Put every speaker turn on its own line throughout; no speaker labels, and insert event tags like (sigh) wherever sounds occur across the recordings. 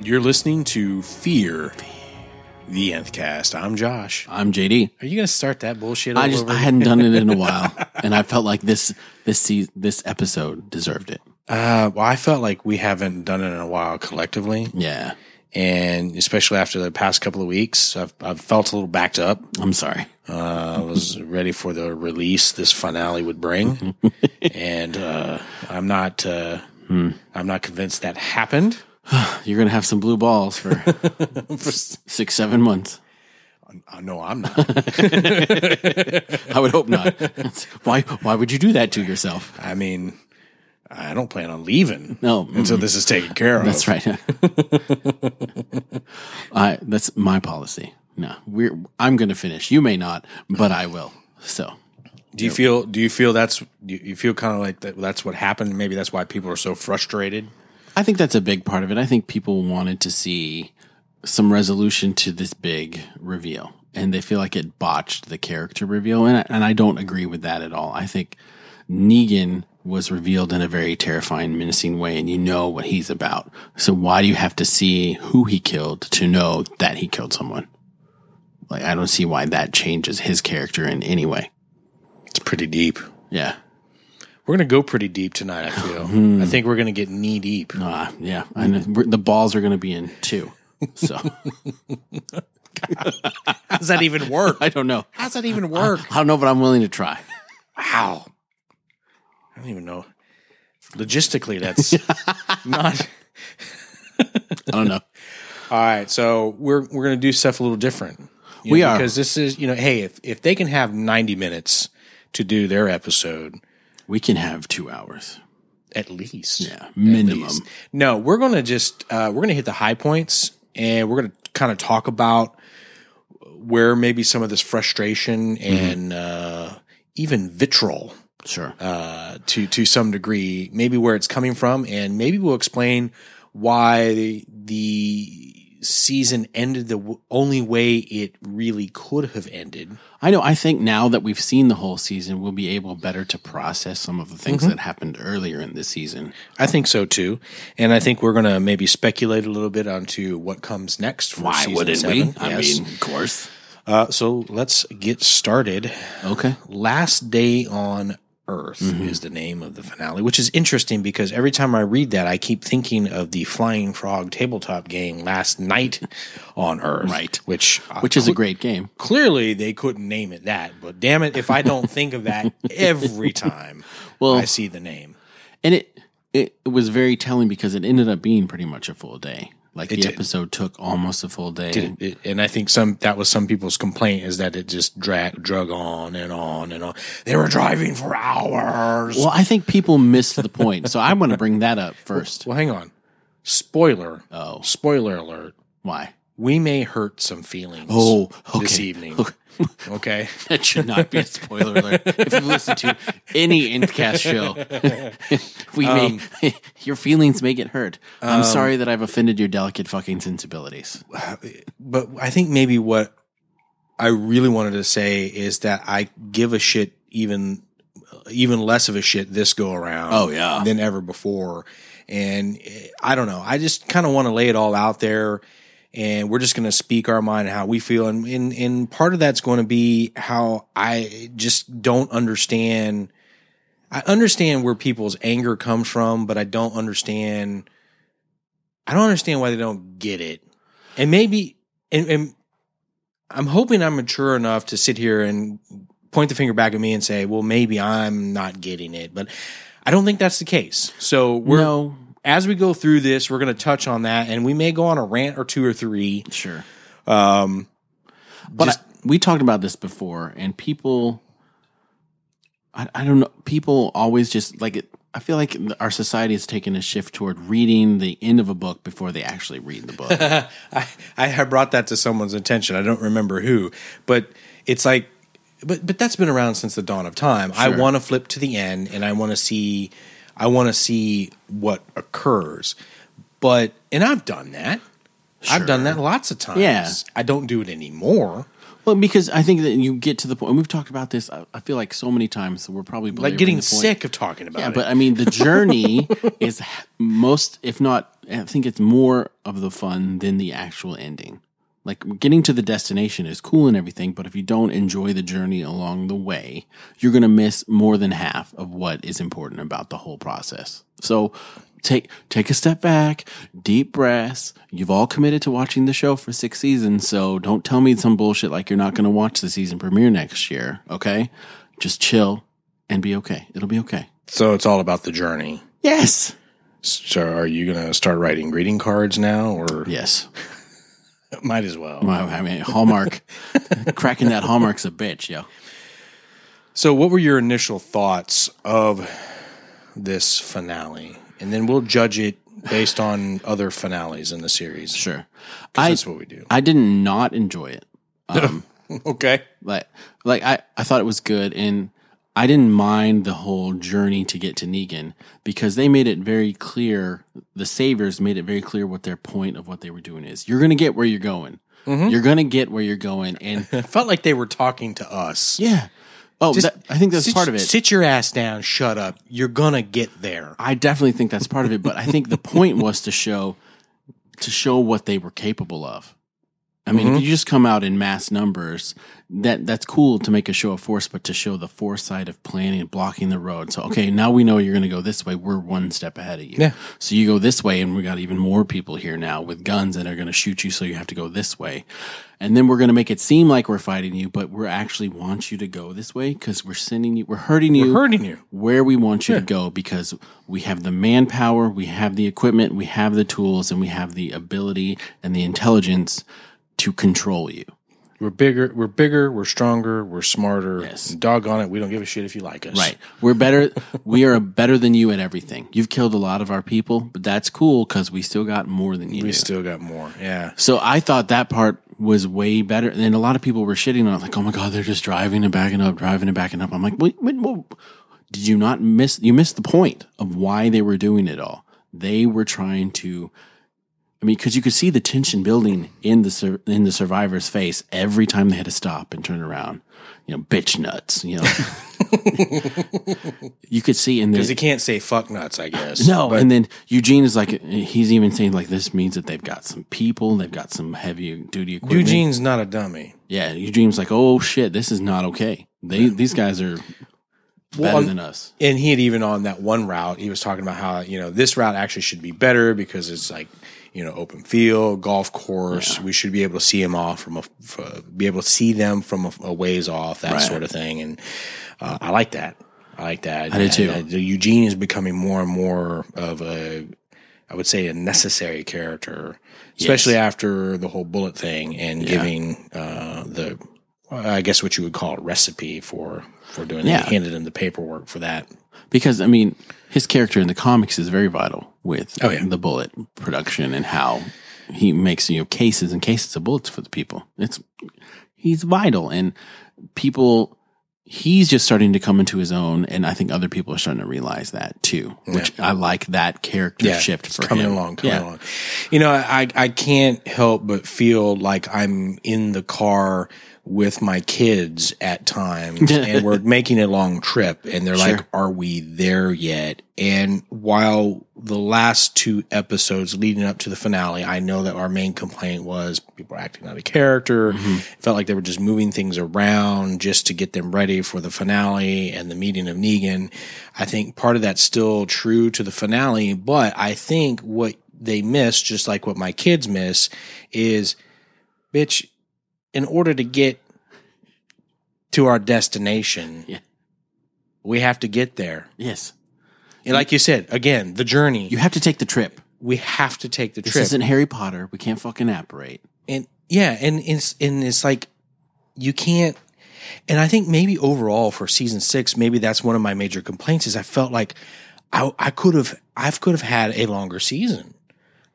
You're listening to Fear, the Nth Cast. I'm Josh.
I'm JD.
Are you going to start that bullshit?
I
all
just
over
I hadn't done it in a while, and I felt like this this se- this episode deserved it.
Uh, well, I felt like we haven't done it in a while collectively,
Yeah,
and especially after the past couple of weeks, I've I've felt a little backed up.
I'm sorry.
Uh, I (laughs) was ready for the release this finale would (laughs) bring, and uh, I'm not. Uh, I'm not convinced that happened.
You're gonna have some blue balls for six seven months.
Uh, No, I'm (laughs) not.
I would hope not. why Why would you do that to yourself?
I mean, I don't plan on leaving
No, mm,
until this is taken care of.
that's right. (laughs) I that's my policy. No, we're I'm gonna finish. You may not, but I will. So
Do you feel? Do you feel that's? Do you feel kind of like that? That's what happened. Maybe that's why people are so frustrated.
I think that's a big part of it. I think people wanted to see some resolution to this big reveal, and they feel like it botched the character reveal. And I, and I don't agree with that at all. I think Negan was revealed in a very terrifying, menacing way, and you know what he's about. So why do you have to see who he killed to know that he killed someone? Like I don't see why that changes his character in any way.
It's pretty deep.
Yeah.
We're gonna go pretty deep tonight. I (sighs) feel. I think we're gonna get knee deep.
Uh, yeah. And we're- the balls are going to be in two. So (laughs)
How does that even (laughs) work?
I don't know.
How does that even work?
I don't know, but I'm willing to try.
Wow. I don't even know. Logistically, (laughs) that's not.
I don't know.
All right, so we're we're gonna do stuff a little different. You
We
know,
are.
because this is you know hey if if they can have ninety minutes to do their episode
(laughs) We can have two hours.
at least
Yeah, minimum.
least. No, we're gonna just uh, we're gonna hit the high points, and we're gonna kind of talk about where maybe some of this frustration and uh, even vitriol
Sure.
uh, to to some degree, maybe where it's coming from, and maybe we'll explain why the, season ended the w- only way it really could have ended.
I know. I think now that we've seen the whole season, we'll be able better to process some of the things that happened earlier in the season.
I think so too, and I think we're gonna maybe speculate a little bit onto what comes next. For
Why
season
wouldn't
seven.
we? I
Yes.
mean, of course.
Uh, so let's get started.
Okay.
Last Day on Earth
Mm-hmm.
is the name of the finale, which is interesting because every time I read that, I keep thinking of the Flying Frog tabletop game Last
(laughs)
Night on Earth.
Right.
Which, uh,
Which is a great game.
clearly they couldn't name it that, but damn it, if I don't think of
(laughs)
that every time
Well-
I see the name.
And it, it it was very telling because it ended up being pretty much a full day. Like the
did.
episode took almost a full day.
It- and I think some that was some people's complaint is that it just drag, drug on and on and on. They were driving for hours.
Well, I think people missed the point. So I want to bring that up (laughs) first.
Well, hang on. Spoiler.
Oh.
Spoiler alert.
Why?
We may hurt some feelings
Oh, okay.
this
(laughs)
evening. Okay.
That should not (laughs) be a spoiler alert. If you've listened to any Endcast show, (laughs) we
Um,
may (laughs) your feelings may get hurt. I'm sorry that I've offended your delicate fucking sensibilities.
(laughs) But I think maybe what I really wanted to say is that I give a shit even even less of a shit this go around
Oh, yeah.
than ever before. And eh, I don't know. I just kind of want to lay it all out there and we're just going to speak our mind how we feel and, and and part of that's going to be how I just don't understand I understand where people's anger comes from, but I don't understand. I don't understand why they don't get it. And maybe, and, and I'm hoping I'm mature enough to sit here and point the finger back at me and say, well, maybe I'm not getting it. But I don't think that's the case. So we're,
no,
as we go through this, we're going to touch on that and we may go on a rant or two or three.
sure.
Um,
But I- we talked about this before, and people, I, I don't know, people always just like it. I feel like our society has taken a shift toward reading the end of a book before they actually read the
(laughs)
book.
I, I had brought that to someone's attention. I don't remember who, but it's like, but but that's been around since the dawn of time. I want to flip to the end, and I want to see, I want to see what occurs. But and I've done that. I've done that lots of times.
Yeah.
I don't do it anymore.
Well, because I think that you get to the point, and we've talked about this. I, I feel like so many times that we're probably
like
belaboring
getting
the point.
sick of talking about
Yeah,
it.
but I
(laughs)
mean, the journey is h- most, if not, I think it's more of the fun than the actual ending. Like getting to the destination is cool and everything, but if you don't enjoy the journey along the way, you're going to miss more than half of what is important about the whole process. So take take a step back, deep breaths. You've all committed to watching the show for 6 seasons, so don't tell me some bullshit like you're not going to watch the season premiere next year, okay? Just chill and be okay. It'll be okay.
so it's all about the journey.
Yes.
So are you going to start writing greeting cards now, or
Yes.
might as well?
Well, I mean, Hallmark, (laughs) cracking that Hallmark's a bitch, yo.
So, what were your initial thoughts of this finale? And then we'll judge it based on other finales in the series.
Sure.
'cause
I,
that's what we do. (laughs)
I did not enjoy it.
Okay.
Like, like I, I thought it was good and I didn't mind the whole journey to get to Negan because they made it very clear. The saviors made it very clear what their point of what they were doing is. You're going to get where you're going.
Mm-hmm.
You're going to get where you're going.
(laughs)
And
It felt like they were talking to us.
yeah. Oh, that, I think that's
sit,
part of it.
Sit your ass down, shut up. You're going to get there.
I definitely think that's part of it, but I think the point was to show to show what they were capable of. I mean, if you just come out in mass numbers, that that's cool to make a show of force, but to show the foresight of planning and blocking the road. So, okay, now we know you're going to go this way. We're one step ahead of you.
Yeah.
So you go this way, and we got even more people here now with guns that are going to shoot you. So you have to go this way, and then we're going to make it seem like we're fighting you, but we're actually want you to go this way because we're sending you, we're hurting you,
We're hurting you.
where we want you to go because we have the manpower, we have the equipment, we have the tools, and we have the ability and the intelligence to control you.
We're bigger, we're bigger, we're stronger, we're smarter.
Yes.
Doggone it, we don't give a shit if you like us.
Right. We're better. we are better than you at everything. You've killed a lot of our people, but that's cool because we still got more than you.
We
do.
still got more. Yeah.
So I thought that part was way better. And a lot of people were shitting on it, like, oh my God, they're just driving and backing up, driving and backing up. I'm like, wait, wait, whoa. did you not miss? You missed the point of why they were doing it all. They were trying to. I mean, because you could see the tension building in the sur- in the survivor's face every time they had to stop and turn around. You know, bitch nuts. You know, you could see in
Because
there.
you can't say fuck nuts, I (laughs) guess.
No,
But
and then Eugene is like, he's even saying like, this means that they've got some people, they've got some heavy duty equipment.
Eugene's not a dummy.
Yeah, Eugene's like, oh shit, this is not okay. They these guys are better
I'm-
than us.
and he had even on that one route he was talking about how you know this route actually should be better because it's like you know open field golf course we should be able to see him off from a f- be able to see them from a, a ways off that sort of thing and uh, i like that i like that i
did too.
eugene is becoming more and more of a i would say a necessary character especially after the whole bullet thing and giving uh, the I guess what you would call a recipe for for doing that.
Yeah.
He handed him the paperwork for that.
Because I mean, his character in the comics is very vital with
Oh, yeah.
the bullet production and how he makes you know cases and cases of bullets for the people. It's he's vital and people he's just starting to come into his own and I think other people are starting to realize that too. Which I like that character shift
it's
for
coming
him.
along, coming along. You know, I I can't help but feel like I'm in the car with my kids at times, and we're making a long trip, and they're like, "Are we there yet?" And while the last two episodes leading up to the finale, I know that our main complaint was people were acting out of character. It felt like they were just moving things around just to get them ready for the finale and the meeting of Negan. I think part of that's still true to the finale, but I think what they miss, just like what my kids miss, is bitch, in order to get to our destination,
Yeah.
we have to get there.
Yes.
And like you said, again, the journey.
You have to take the trip.
we have to take the
This
trip.
isn't Harry Potter. We can't fucking apparate.
and yeah, and it's and it's like you can't. And I think maybe overall for season six, maybe that's one of my major complaints. Is I felt like I I could have I could have had a longer season.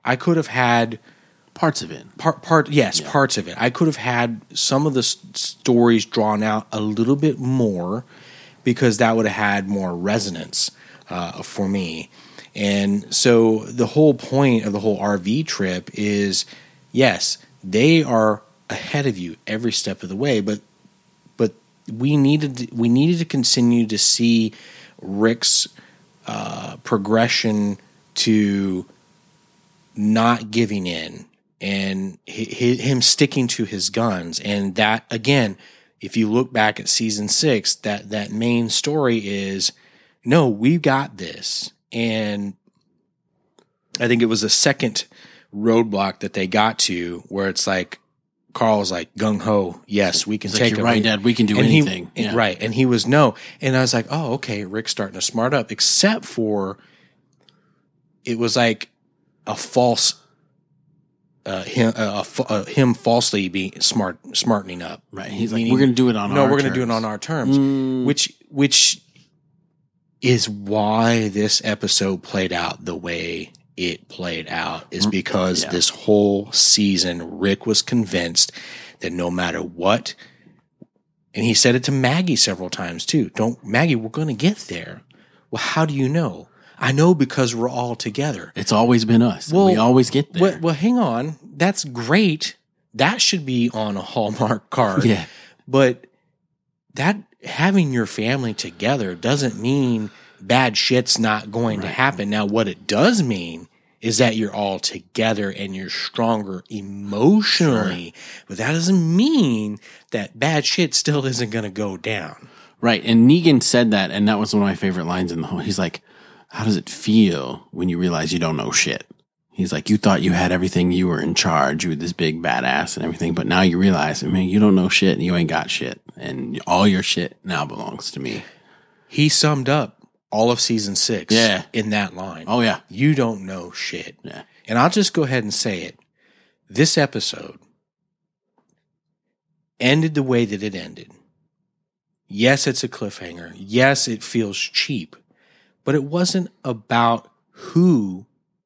I could have had
Parts of it.
part part yes parts of it. I could have had some of the s- stories drawn out a little bit more because that would have had more resonance uh, for me. And so the whole point of the whole RV trip is yes, they are ahead of you every step of the way. But but we needed to, we needed to continue to see Rick's uh, progression to not giving in and hi hi him sticking to his guns. And that again, if you look back at season six, that that main story is no, we've got this. And I think it was the second roadblock that they got to where it's like Carl was like gung ho, yes, we can
It's like,
take
you're
it.
right,
We-
Dad. We can do
and he-
anything.
and-
Yeah.
Right. And he was no. And I was like, oh, okay, Rick's starting to smart up, except for it was like a false. Uh, him, uh, a fa- uh, him falsely being smart, smartening up.
Right. He's like,
Meaning-
we're going to do it on
no,
our Mm.
we're going to do it on our terms, which which is why this episode played out the way it played out is because
Mm. yeah.
this whole season Rick was convinced that no matter what and he said it to Maggie several times too. Don't Maggie, we're going to get there. Well, how do you know? I know because we're all together.
It's always been us.
Well,
we always get there.
Well, well, hang on. That's great. That should be on a Hallmark card
(laughs) yeah.
but that having your family together doesn't mean bad shit's not going to happen. Now, what it does mean is that you're all together and you're stronger emotionally, but that doesn't mean that bad shit still isn't going to go down.
Right. And Negan said that, and that was one of my favorite lines in the whole. He's like, How does it feel when you realize you don't know shit? He's like, You thought you had everything, you were in charge, you were this big badass and everything, but now you realize, I mean, you don't know shit and you ain't got shit. And all your shit now belongs to me.
He summed up all of season six
Yeah.
in that line.
Oh, yeah.
You don't know shit.
Yeah.
And I'll just go ahead and say it. This episode ended the way that it ended. Yes, it's a cliffhanger. Yes, it feels cheap, but it wasn't about who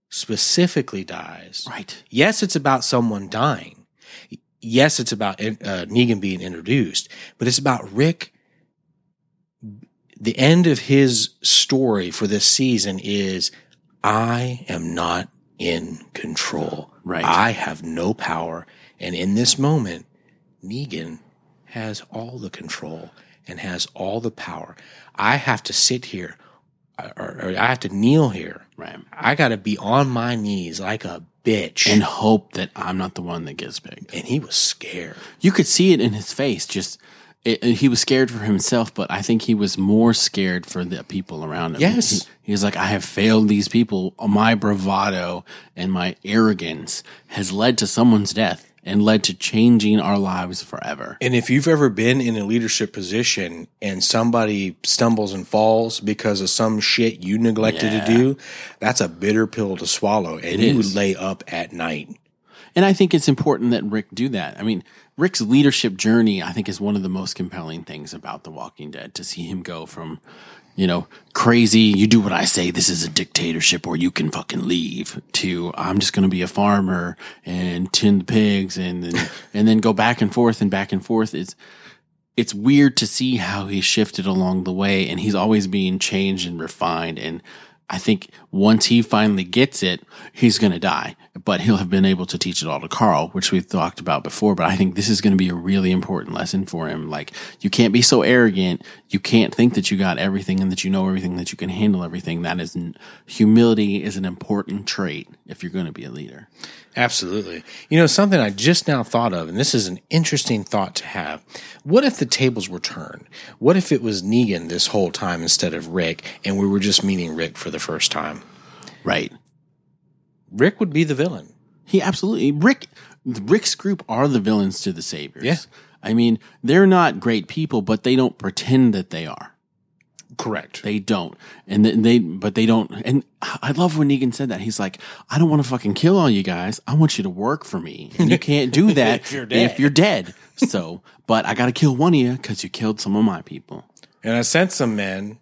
specifically dies.
Right.
Yes, it's about someone dying. Yes, it's about uh, Negan being introduced, but it's about Rick. The end of his story for this season is I am not in control.
Right.
I have no power. And in this moment, Negan has all the control and has all the power. I have to sit here or, or I have to kneel here.
Right.
I got to be on my knees like a bitch.
And hope that I'm not the one that gets big.
and he was scared.
You could see it in his face. Just it, it- he was scared for himself, but I think he was more scared for the people around him.
Yes.
he, he was like, "I have failed these people. My bravado and my arrogance has led to someone's death and led to changing our lives forever."
And if you've ever been in a leadership position and somebody stumbles and falls because of some shit you neglected
Yeah.
to do, that's a bitter pill to swallow. And you
is.
would lay up at night.
And I think it's important that Rick do that. I mean, Rick's leadership journey, I think, is one of the most compelling things about The Walking Dead to see him go from, you know, crazy, you do what I say, this is a dictatorship or you can fucking leave to I'm just going to be a farmer and tend the pigs and then, and then go back and forth and back and forth. It's, it's weird to see how he shifted along the way and he's always being changed and refined and i think once he finally gets it he's going to die but he'll have been able to teach it all to carl which we've talked about before but i think this is going to be a really important lesson for him like you can't be so arrogant you can't think that you got everything and that you know everything that you can handle everything that is humility is an important trait if you're going to be a leader
Absolutely. You know, something I just now thought of, and this is an interesting thought to have. What if the tables were turned? What if it was Negan this whole time instead of Rick, and we were just meeting Rick for the first time?
right
Rick would be the villain.
He absolutely Rick. Rick's group are the villains to the saviors.
Yeah.
I mean, they're not great people, but they don't pretend that they are.
Correct.
They don't, and th- they but they don't. And I love when Negan said that. He's like, "I don't want to fucking kill all you guys. I want you to work for me, and you can't do that
(laughs) If you're dead.
If you're dead. so, but I got to kill one of you because you killed some of my people.
and I sent some men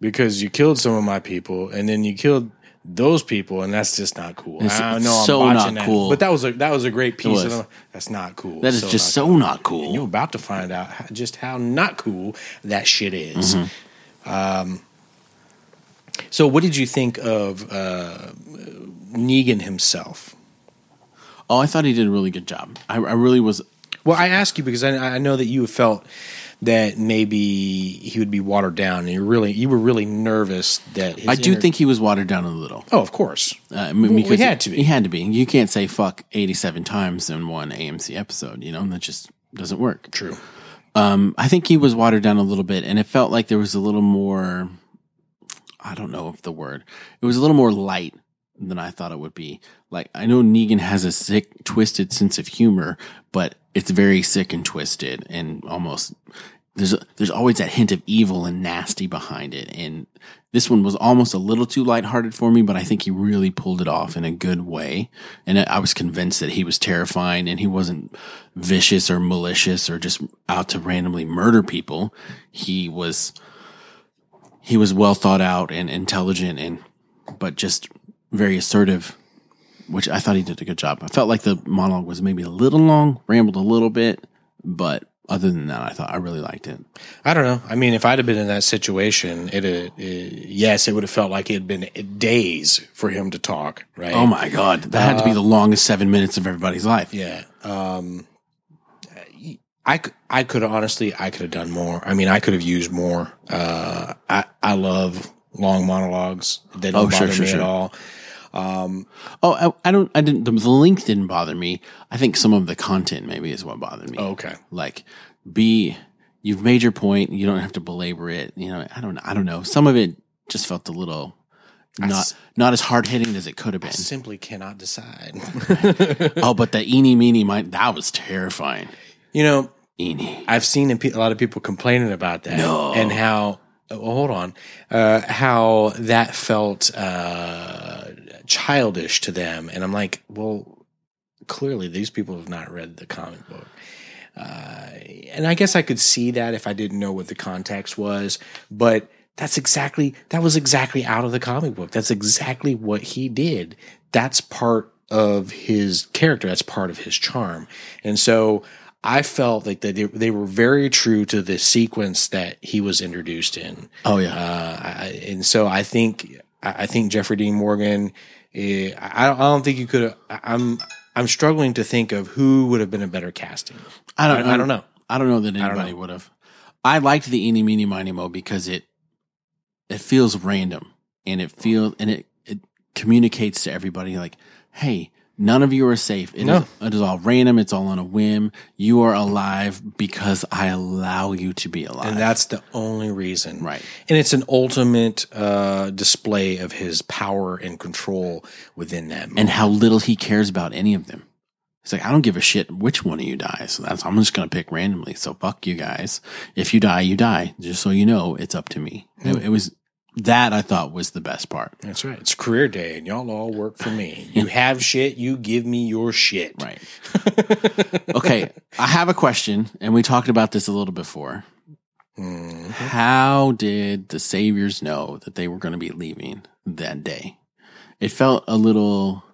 because you killed some of my people, and then you killed those people, and that's just not cool.
It's-
I
it's
know I'm
so
botching
not
that,
cool.
but that was a that was a great piece.
was.
Of, that's not cool.
That is
So
just
not
so
cool.
not cool.
And you're about to find out how, just how not cool that shit is. Um,
Mm-hmm.
so, what did you think of uh, Negan himself?
Oh, I thought he did a really good job. I, I really was
Well, I ask you because I, I know that you felt that maybe he would be watered down, and you really you were really nervous that his
I do
inter-
think he was watered down a little.
Oh, of course.
Uh, I mean,
Well,
because
he had to be.
He had to be. You can't say fuck 87 times in one AMC episode, you know? That just doesn't work.
True.
Um, I think he was watered down a little bit, and it felt like there was a little more. I don't know if the word. It was a little more light than I thought it would be. Like I know Negan has a sick, twisted sense of humor, but it's very sick and twisted, and almost there's there's always that hint of evil and nasty behind it. And this one was almost a little too lighthearted for me, but I think he really pulled it off in a good way. And I I was convinced that he was terrifying and he wasn't vicious or malicious or just out to randomly murder people. He was he was well thought out and intelligent and but just very assertive which I thought he did a good job. I felt like the monologue was maybe a little long, rambled a little bit, but other than that, I thought I really liked it.
I don't know. I mean, if I'd have been in that situation, it, uh, uh, yes, it would have felt like it had been days for him to talk, right?
Oh my god, that had to be the longest seven minutes of everybody's life.
Uh, Yeah. Um, I, c- I could honestly, I could have done more. I mean, I could have used more. Uh, I, I love long monologues. They don't
Oh, sure,
bother
sure,
me
sure.
at all.
Oh, I, I don't, I didn't. The length didn't bother me. I think some of the content maybe is what bothered me.
Okay.
like be you've made your point. You don't have to belabor it. You know, I don't, I don't know. Some of it just felt a little not
s-
not as hard hitting as it could
(laughs)
have been.
Simply cannot
(laughs)
decide.
oh, but the eeny meeny mine that was terrifying.
you know,
Eeny.
I've seen a pe- a lot of people complaining about that
No.
and how. oh, Well, hold on, uh, how that felt uh, childish to them, and I'm like, well, clearly these people have not read the comic book. Uh, and I guess I could see that if I didn't know what the context was, but that's exactly that was exactly out of the comic book. That's exactly what he did. That's part of his character. That's part of his charm. And so I felt like they they were very true to the sequence that he was introduced in.
Oh yeah.
Uh, I- and so I think I I think Jeffrey Dean Morgan. eh, I I don't, I don't think you could. have I'm I'm struggling to think of who would have been a better casting.
I don't.
I, I don't know.
I don't know that
don't
anybody
know.
would have. I liked the eeny meeny miny mo because it it feels random and it feels and it it communicates to everybody like, hey, none of you are safe. It is
No.
it is all random. It's all on a whim. You are alive because I allow you to be alive.
And that's the only reason.
Right.
And it's an ultimate uh, display of his power and control within that. moment.
and how little he cares about any of them. He's like, I don't give a shit which one of you dies. So that's I'm just gonna pick randomly. So fuck you guys. If you die, you die. Just so you know, it's up to me. It, it was that I thought was the best part.
That's right. It's career day, and y'all all work for (laughs) me. You have shit, you give me your shit.
Right. okay. I have a question, and we talked about this a little before.
Mm.
How did the saviors know that they were going to be leaving that day? It felt a little.
(laughs)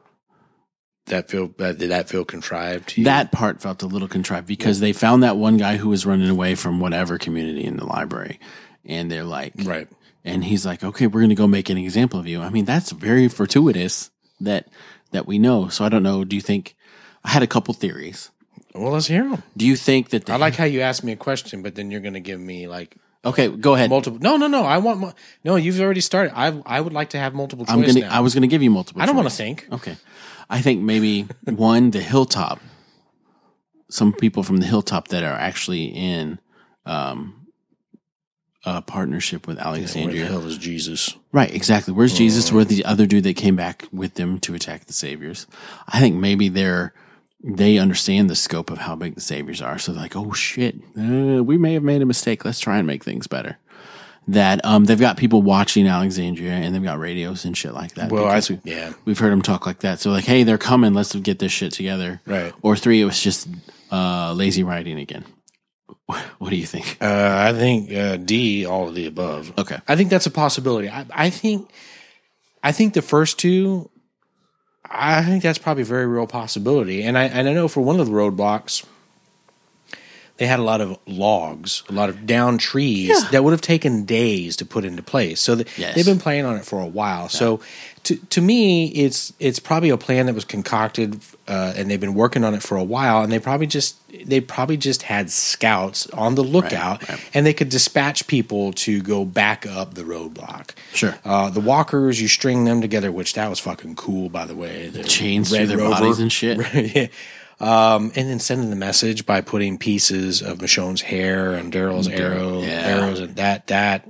That feel that did that feel contrived to you?
That part felt a little contrived because they found that one guy who was running away from whatever community in the library, and they're like,
right.
and he's like, okay, we're going to go make an example of you. I mean, that's very fortuitous that that we know. So I don't know. Do you think? I had a couple theories.
Well, let's hear them.
Do you think that? The,
I like how you asked me a question, but then you're going to give me like
Okay, go ahead.
multiple. No, no, no. I want mo- no. You've already started. I I would like to have multiple choice
I'm gonna.
now.
I was gonna give you multiple.
I don't want to
choice.
think.
Okay, I think maybe (laughs) one the hilltop. Some people from the hilltop that are actually in um, a partnership with Alexandria.
hell is Jesus?
Right, exactly. Where's
Mm.
Jesus? Where the other dude that came back with them to attack the saviors? I think maybe they're they understand the scope of how big the saviors are, so they're like, "Oh shit, uh, we may have made a mistake. Let's try and make things better." That um, they've got people watching Alexandria, and they've got radios and shit like that.
Well, I
because we-
yeah.
we've heard them talk like that. So like, hey, they're coming. Let's get this shit together.
Right.
Or three, it was just uh, lazy writing again. (laughs) What do you think?
Uh, I think uh, D, all of the above.
Okay.
I think that's a possibility. I, I think, I think the first two, I think that's probably a very real possibility. And I and I know for one of the roadblocks, they had a lot of logs, a lot of down trees that would have taken days to put into place. So th-
Yes.
they've been playing on it for a while. So to to me, it's it's probably a plan that was concocted, uh, and they've been working on it for a while. And they probably just they probably just had scouts on the lookout,
right.
and they could dispatch people to go back up the roadblock.
Sure.
Uh, the walkers, you string them together, which that was fucking cool, by the way. The
Chains
Red
through their
Rover.
bodies and shit.
(laughs) yeah. Um, and then sending the message by putting pieces of Michonne's hair and Daryl's arrow,
yeah.
arrows, and that that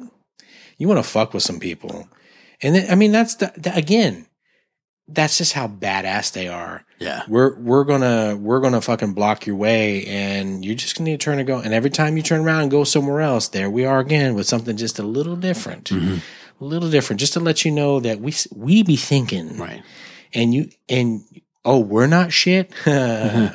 you want to fuck with some people, and then, I mean that's the, the again, that's just how badass they are.
Yeah.
We're we're gonna we're gonna fucking block your way, and you're just gonna need to turn and go. And every time you turn around and go somewhere else, there we are again with something just a little different,
Mm-hmm.
a little different, just to let you know that we s- we be thinking
Right.
and you and oh we're not shit (laughs) yeah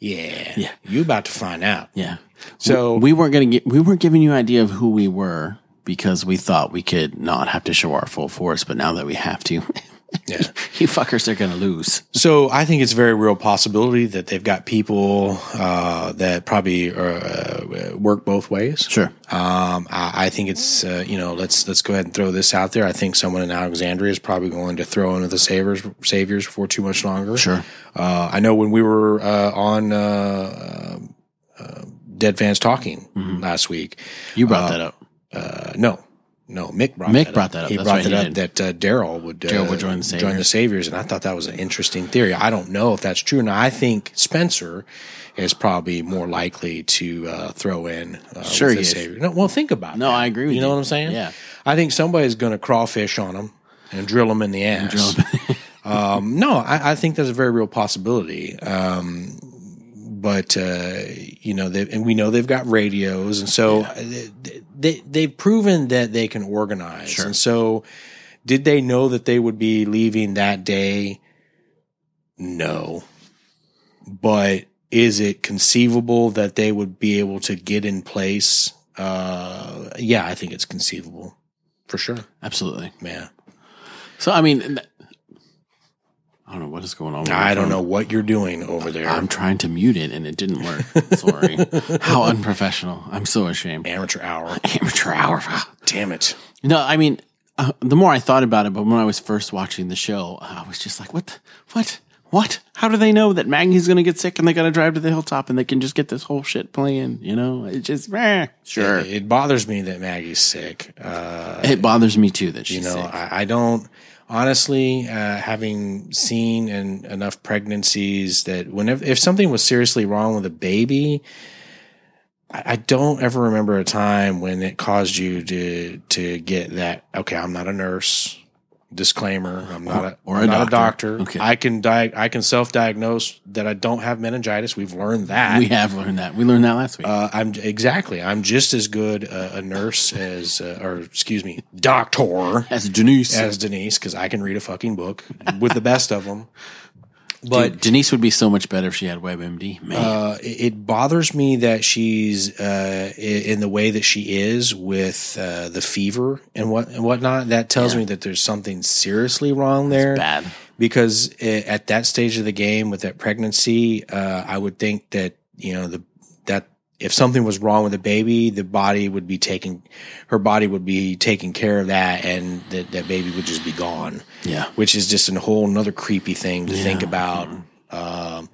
Yeah.
you about to find out
Yeah.
So-
we, we weren't gonna get we weren't giving you an idea of who we were because we thought we could not have to show our full force, but now that we have to, (laughs)
yeah
you fuckers are gonna lose.
(laughs) so i think it's a very real possibility that they've got people uh, that probably uh, work both ways
Sure.
Um, I, I think it's uh, you know let's let's go ahead and throw this out there. I think someone in Alexandria is probably going to throw into the saviors saviors for too much longer.
Sure.
Uh, I know when we were uh, on uh, uh, Dead Fans Talking last week,
You brought that up.
uh, no, no, Mick brought
Mick
that
brought
up.
that up.
He
That's
brought
right,
that
he
up
did.
that uh, Daryl would uh,
Daryl would join the
join the
Saviors.
Saviors, and I thought that was an interesting theory. I don't know if that's true, and I think Spencer is probably more likely to uh, throw in uh,
Sure
with
he
the
is.
Saviors. No, well, think about
No,
that.
I agree with
You know
you.
what I'm saying?
Yeah.
I think somebody's going to crawfish on them and drill them in the
(laughs)
ass. um, no, I, I think that's a very real possibility. Um, but uh, you know, they, and we know they've got radios, and so they, they they've proven that they can organize. And so, did they know that they would be leaving that day? No, but is it conceivable that they would be able to get in place? Uh, yeah, I think it's conceivable for sure.
Absolutely.
Yeah.
So I mean th- I don't know what is going on. with my
I don't
phone.
know what you're doing over there.
I'm trying to mute it and it didn't work.
(laughs)
Sorry. How unprofessional. I'm so ashamed.
Amateur hour.
Amateur hour.
(laughs) Damn it.
No, I mean, uh, the more I thought about it, but when I was first watching the show, I was just like, what? the- What? What? How do they know that Maggie's going to get sick and they got to drive to the hilltop and they can just get this whole shit playing? You know, it just, meh. sure.
It,
It,
it bothers me that Maggie's sick. Uh,
bothers me too that she's
you know,
sick.
I, I don't honestly, uh, having seen and enough pregnancies that whenever if something was seriously wrong with a baby, I, I don't ever remember a time when it caused you to to get that. Okay, I'm not a nurse. Disclaimer: I'm not a,
Or- or
I'm
a
not
doctor.
a doctor.
Okay.
I can di- I can self diagnose that I don't have meningitis. We've learned that.
we have learned that. We learned that last week.
Uh, I'm exactly. I'm just as good a, a nurse as, uh, or excuse me, doctor
As Denise.
as Denise because I can read a fucking book with the best of them.
Dude,
But
Denise would be so much better if she had WebMD. Man.
uh, it- it bothers me that she's uh, i- in the way that she is with uh, the fever and what and whatnot. That tells me that there's something seriously wrong there.
bad.
because i- at that stage of the game with that pregnancy, uh, I would think that you know the that if something was wrong with the baby, the body would be taking her body would be taking care of that, and that that baby would just be gone
yeah.
which is just a whole another creepy thing to think about. Um,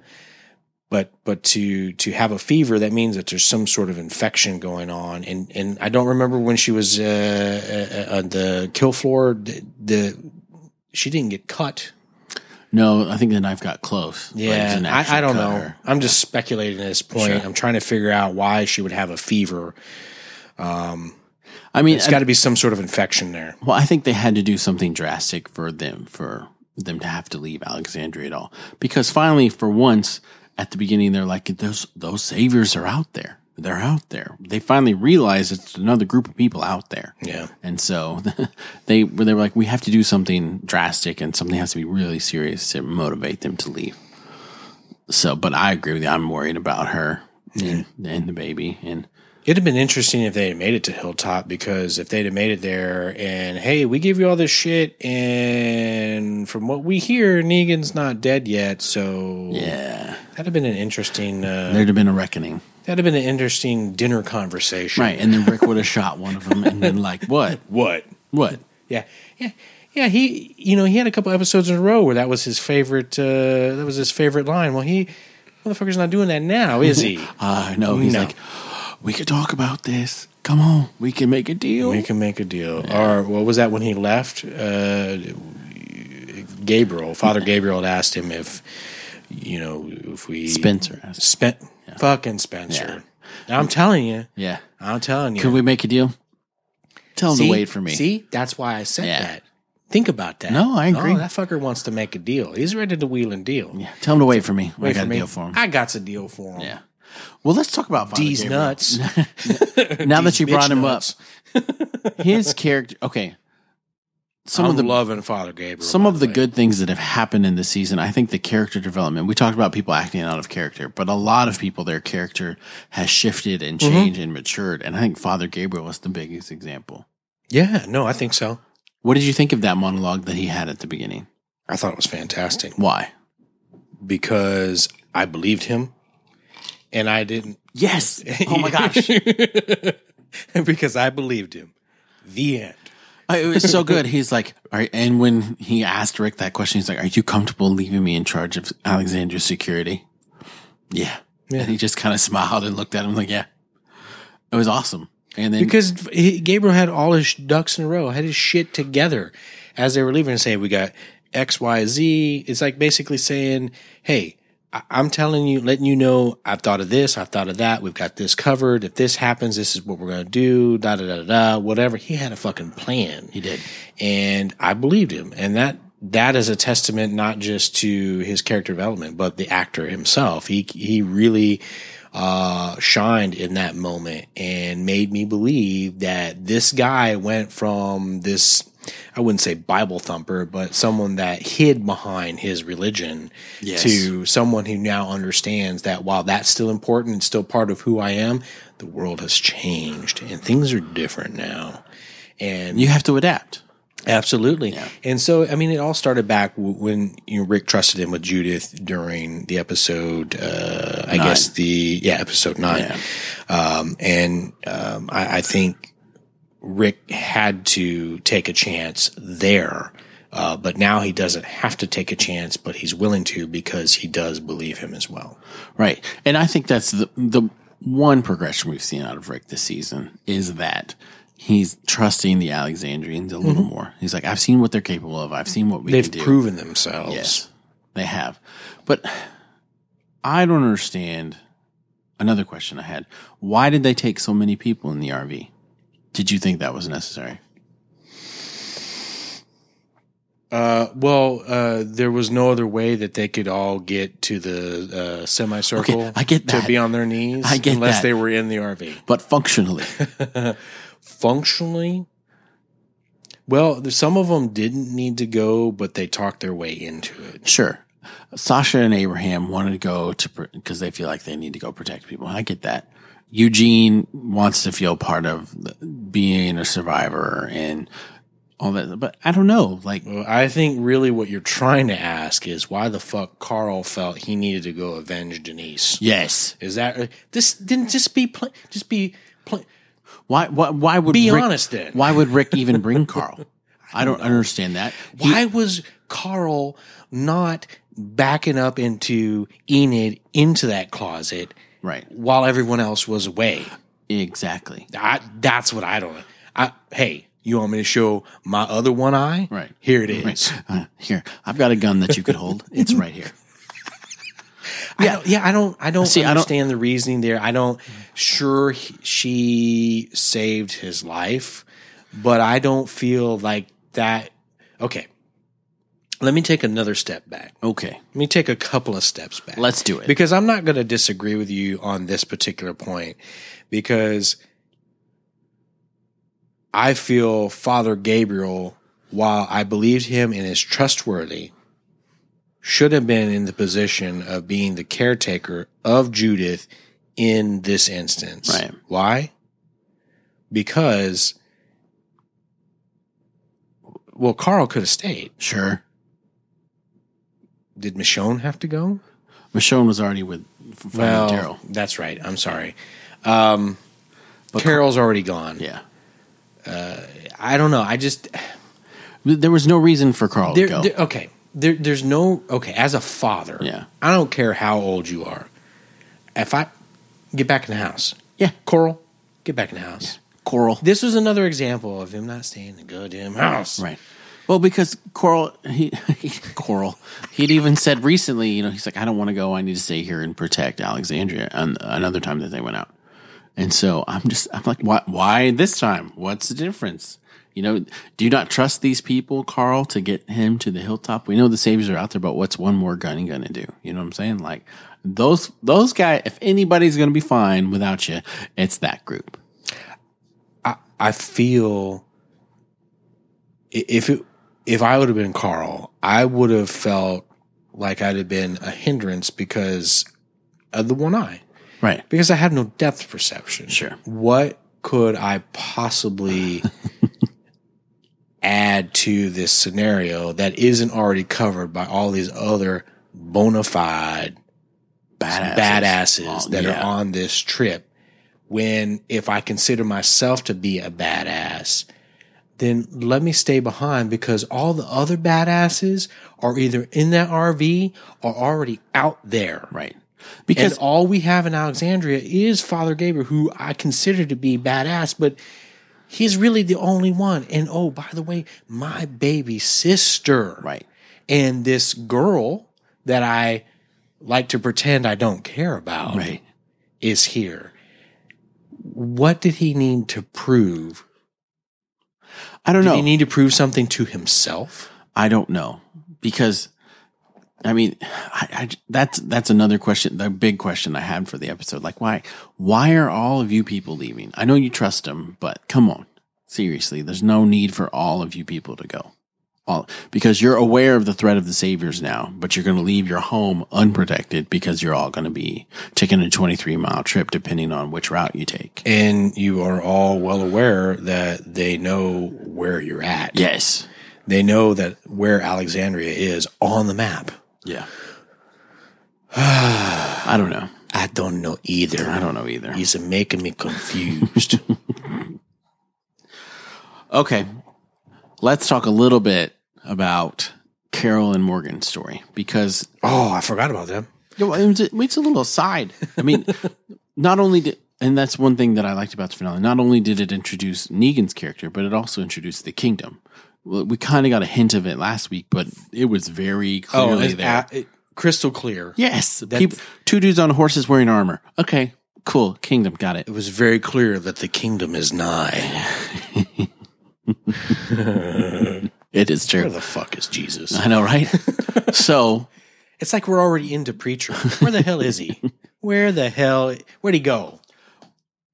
but but to to have a fever that means that there's some sort of infection going on, and and I don't remember when she was uh, uh, uh, on the kill floor. The, the she didn't get cut.
No, I think the knife got close. but it
Yeah,
didn't
I, I
actually
don't
cut
know.
her.
I'm just speculating at this point. I'm trying to figure out why she would have a fever.
I mean,
It's got to be some sort of infection there.
Well, I think they had to do something drastic for them for them to have to leave Alexandria at all. Because finally, for once, at the beginning, they're like, those those saviors are out there. They're out there. They finally realize it's another group of people out there.
Yeah.
And so (laughs) they were they were like, we have to do something drastic and something has to be really serious to motivate them to leave. So, but I agree with you. I'm worried about her and, and the baby. And
It'd have been interesting if they had made it to Hilltop because if they'd have made it there and hey, we give you all this shit, and from what we hear, Negan's not dead yet, so
yeah,
That'd have been an interesting. Uh,
There'd have been a reckoning,
that'd have been an interesting dinner conversation.
right? And then Rick would have shot one of them and been like, "What?
What?
What?"
Yeah, yeah, yeah. He, you know, he had a couple episodes in a row where that was his favorite. Uh, that was his favorite line. Well, he, motherfucker's not doing that now, is
(laughs)
he?
Uh, no, he's
No.
like, "We could talk about this. Come on, we can make a deal."
we can make a deal. Or what was that when he left? Uh, Gabriel, Father Gabriel, had asked him if, you know, if we
Spencer asked.
Spen- fucking Spencer. I'm telling you,
Yeah.
I'm telling you.
Could we make a deal? Tell him to wait for me.
See, that's why I said
Yeah.
that. Think about that.
No, I agree.
that fucker wants to make a deal. He's ready to wheel and deal.
Yeah. Tell him to wait for me.
Wait
I got
for
a
me.
deal for him.
I got a deal for him.
yeah. Well, let's talk about Father
D's
Gabriel.
nuts.
(laughs) Now
These
that you
bitch
brought him
nuts.
up, his character. Okay. Some
I'm
of the
loving Father Gabriel.
some
by
of the
way.
good things that have happened in the season, I think the character development. We talked about people acting out of character, but a lot of people, their character has shifted and changed and matured. And I think Father Gabriel is the biggest example.
Yeah, no, I think so.
What did you think of that monologue that he had at the beginning?
I thought it was fantastic
Why?
because I believed him, and I didn't.
Yes. Oh my (laughs) gosh.
(laughs) because I believed him. The end.
it was so good. He's like, all right. And when he asked Rick that question, he's like, are you comfortable leaving me in charge of Alexandria's security? Yeah.
Yeah.
And he just kind of smiled and looked at him like, yeah. It was awesome. And then
Because he, Gabriel had all his ducks in a row, had his shit together as they were leaving and saying, We got X, Y, Z. It's like basically saying, Hey, I- I'm telling you, letting you know, I've thought of this, I've thought of that, we've got this covered. If this happens, this is what we're going to do, da da da da, da, whatever. He had a fucking plan.
he did.
and I believed him. And that that is a testament not just to his character development, but the actor himself. He he really uh, shined in that moment and made me believe that this guy went from this. I wouldn't say Bible thumper, but someone that hid behind his religion
Yes.
to someone who now understands that while that's still important and still part of who I am, the world has changed and things are different now. And
You have to adapt.
Absolutely. And so, I mean, it all started back w- when you know, Rick trusted him with Judith during the episode, uh, I guess the, yeah, episode nine. Um, and, um, I, I think Rick had to take a chance there. Uh, but now he doesn't have to take a chance, but he's willing to because he does believe him as well.
Right. And I think that's the the one progression we've seen out of Rick this season is that he's trusting the Alexandrians a little more. He's like, I've seen what they're capable of. I've seen what we
They've
can do.
proven themselves.
yes, they have. But I don't understand. Another question I had: Why did they take so many people in the RV? Did you think that was necessary?
Uh, well, uh, there was no other way that they could all get to the uh, semicircle.
Okay, I get
to
that.
be on their knees.
I get
unless
that.
they were in the RV.
But functionally,
Functionally, well, there's- some of them didn't need to go, but they talked their way into it.
Sure. Sasha and Abraham wanted to go to because they feel like they need to go protect people. I get that. Eugene wants to feel part of the- being a survivor and all that, but I don't know. Like,
Well, I think really what you're trying to ask is why the fuck Carl felt he needed to go avenge Denise.
yes,
Is that uh, this? Didn't just be pla- just be pla-
why? Why, why would
Be
Rick-
honest then.
Why would Rick even
(laughs)
bring Carl? I don't understand that. He-
Why was Carl not backing up into Enid into that closet
right?
while everyone else was away?
Exactly.
I, that's what I don't. I hey, you want me to show my other one eye?
Right.
here it is.
Uh, here, I've got a gun that you could hold. It's right here.
Yeah, (laughs) I don't, yeah. I don't. I don't
See, I don't-
understand the reasoning there. I don't. Sure, he- she saved his life, but I don't feel like that. Okay, let me take another step back.
Okay,
Let me take a couple of steps back.
let's do it.
because I'm not going to disagree with you on this particular point because I feel Father Gabriel, while I believed him and is trustworthy, should have been in the position of being the caretaker of Judith in this instance.
Right.
Why? Because, well, Carl could have stayed.
sure.
Did Michonne have to go?
Michonne was already with f- finding
Well,
Daryl.
that's right. I'm sorry. Um, Carol's already gone.
Yeah,
I don't know. I just
there was no reason for Carl
there,
to go.
there- okay. There, there's no okay. As a father,
Yeah.
I don't care how old you are. If I get back in the house,
yeah,
Coral, get back in the house.
Coral.
This was another example of him not staying in the goddamn house.
Right. Well, because Coral, he, (laughs) he Coral, he'd even said recently, you know, he's like, I don't want to go. I need to stay here and protect Alexandria. And another time that they went out, and so I'm just, I'm like, why? Why this time? What's the difference? You know, do you not trust these people, Carl, to get him to the hilltop? We know the saviors are out there, but what's one more gun going to do? You know what I'm saying? Like those those guy, if anybody's going to be fine without you, it's that group.
I, I feel i- if it if I would have been Carl, I would have felt like I'd have been a hindrance because of the one eye.
Right.
Because I have no depth perception.
Sure.
What could I
(laughs)
possibly add to this scenario that isn't already covered by all these other bona fide badasses,
Oh,
that
yeah.
are on this trip. When if I consider myself to be a badass, then let me stay behind because all the other badasses are either in that RV or already out there.
Right.
And
Because
all we have in Alexandria is Father Gabriel, who I consider to be badass, but he's really the only one. And oh, by the way, my baby sister
right.
and this girl that I like to pretend I don't care about
Right.
is here. What did he need to prove?
I don't
Did
know.
he need to prove something to himself?
I don't know because I mean I, I j- that's that's another question the big question I had for the episode like why why are all of you people leaving I know you trust them but come on seriously there's no need for all of you people to go all because you're aware of the threat of the saviors now but you're going to leave your home unprotected because you're all going to be taking a 23 mile trip depending on which route you take
And you are all well aware that they know where you're at.
yes
They know that where Alexandria is on the map.
yeah (sighs) I don't know
I don't know
I
either.
don't know either
He's making me (laughs) confused.
Okay. Let's talk a little bit about Carol and Morgan's story because
oh, I forgot about them.
Yo, it was- it's a little aside. I mean, (laughs) not only did, and that's one thing that I liked about the finale, not only did it introduce Negan's character, but it also introduced the kingdom. Well, We kind of got a hint of it last week, but it was very
Oh,
clearly
it's
there.
a- it- crystal clear.
yes.
That's-
peop- two dudes on horses wearing armor. Okay. Cool. Kingdom. Got it.
It was very clear that the kingdom is nigh.
It is
Where
true.
the fuck is Jesus?
I
(laughs)
know, right? so
It's like we're already into preacher. Where the hell is (laughs) he? Where the hell? Where'd he go?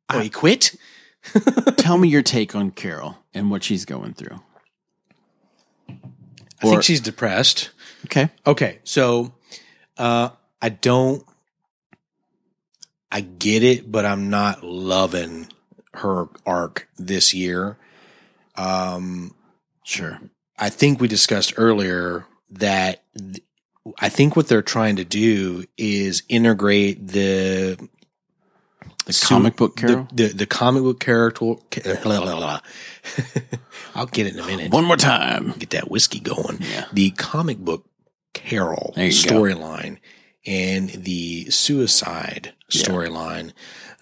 Oh, he quit.
tell me your take on Carol and what she's going through.
I
Or-
think she's depressed.
Okay.
Okay, so uh, I don't. I get it, but I'm not loving her arc this year. Um,
Sure.
I think we discussed earlier that th- I think what they're trying to do is integrate the
The
Su-
comic book Carol.
the, the, the comic book character. ca- (laughs) la, la, la. I'll get it in a minute.
One more time.
Get that whiskey going.
Yeah.
The comic book Carol
There you go.
storyline and the suicide
Yeah.
storyline.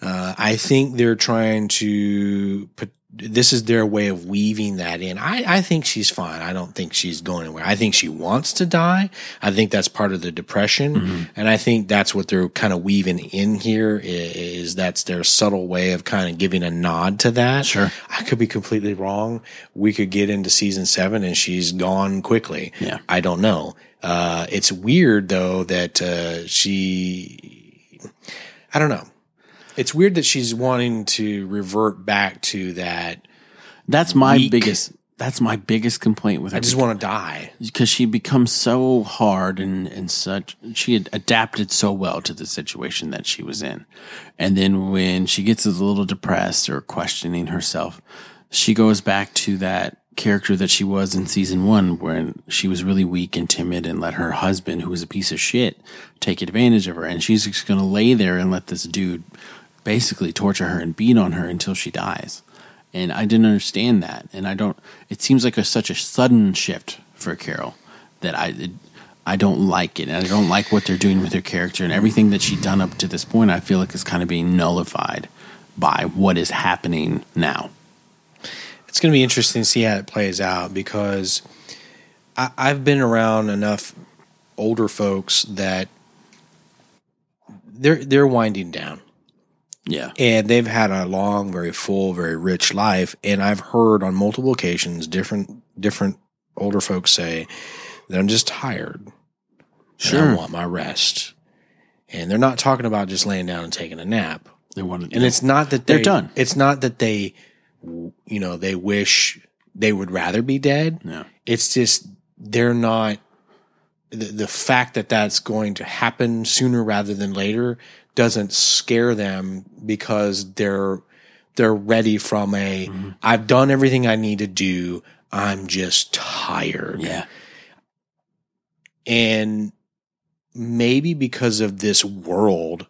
Uh, I think they're trying to put. This is their way of weaving that in. I, I think she's fine. I don't think she's going anywhere. I think she wants to die. I think that's part of the depression.
Mm-hmm.
And I think that's what they're kind of weaving in here i- is that's their subtle way of kind of giving a nod to that.
Sure.
I could be completely wrong. We could get into season seven and she's gone quickly.
Yeah.
I don't know. Uh, it's weird though that uh, she, I don't know. It's weird that she's wanting to revert back to that.
That's my
Weak.
biggest. That's my biggest complaint with her
I just want to die.
because she becomes so hard and and such. She had adapted so well to the situation that she was in, and then when she gets a little depressed or questioning herself, she goes back to that character that she was in season one, when she was really weak and timid and let her husband, who was a piece of shit, take advantage of her. And she's just going to lay there and let this dude basically torture her and beat on her until she dies. And I didn't understand that. And I don't, it seems like a, such a sudden shift for Carol that I, it, I don't like it. And I don't like what they're doing with her character and everything that she's done up to this point. I feel like is kind of being nullified by what is happening now.
It's going to be interesting to see how it plays out because I, I've been around enough older folks that they're they're winding down
Yeah.
and they've had a long, very full, very rich life. And I've heard on multiple occasions different different older folks say that I'm just tired. And I
Sure.
want my rest. And they're not talking about just laying down and taking a nap.
They wanted,
And it's not that they,
They're done.
It's not that they, you know, they wish they would rather be dead.
Yeah.
It's just they're not. The, the fact that that's going to happen sooner rather than later doesn't scare them because they're they're ready from a I've done everything I need to do. I'm just tired
Yeah.
and maybe because of this world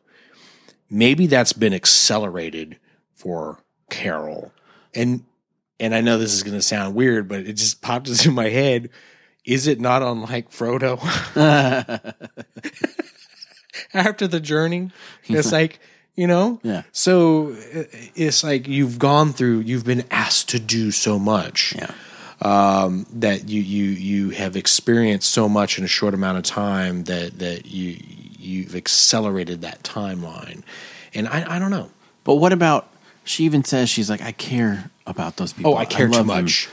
maybe that's been accelerated for carol and and i know this is going to sound weird but it just popped into my head is it not unlike frodo (laughs) after the journey it's like you know
Yeah.
so uh, it's like you've gone through you've been asked to do so much
yeah.
um, that you you you have experienced so much in a short amount of time that that you you've accelerated that timeline, and I I don't know.
But what about? She even says she's like, I care about those people.
Oh, I care too
love
much.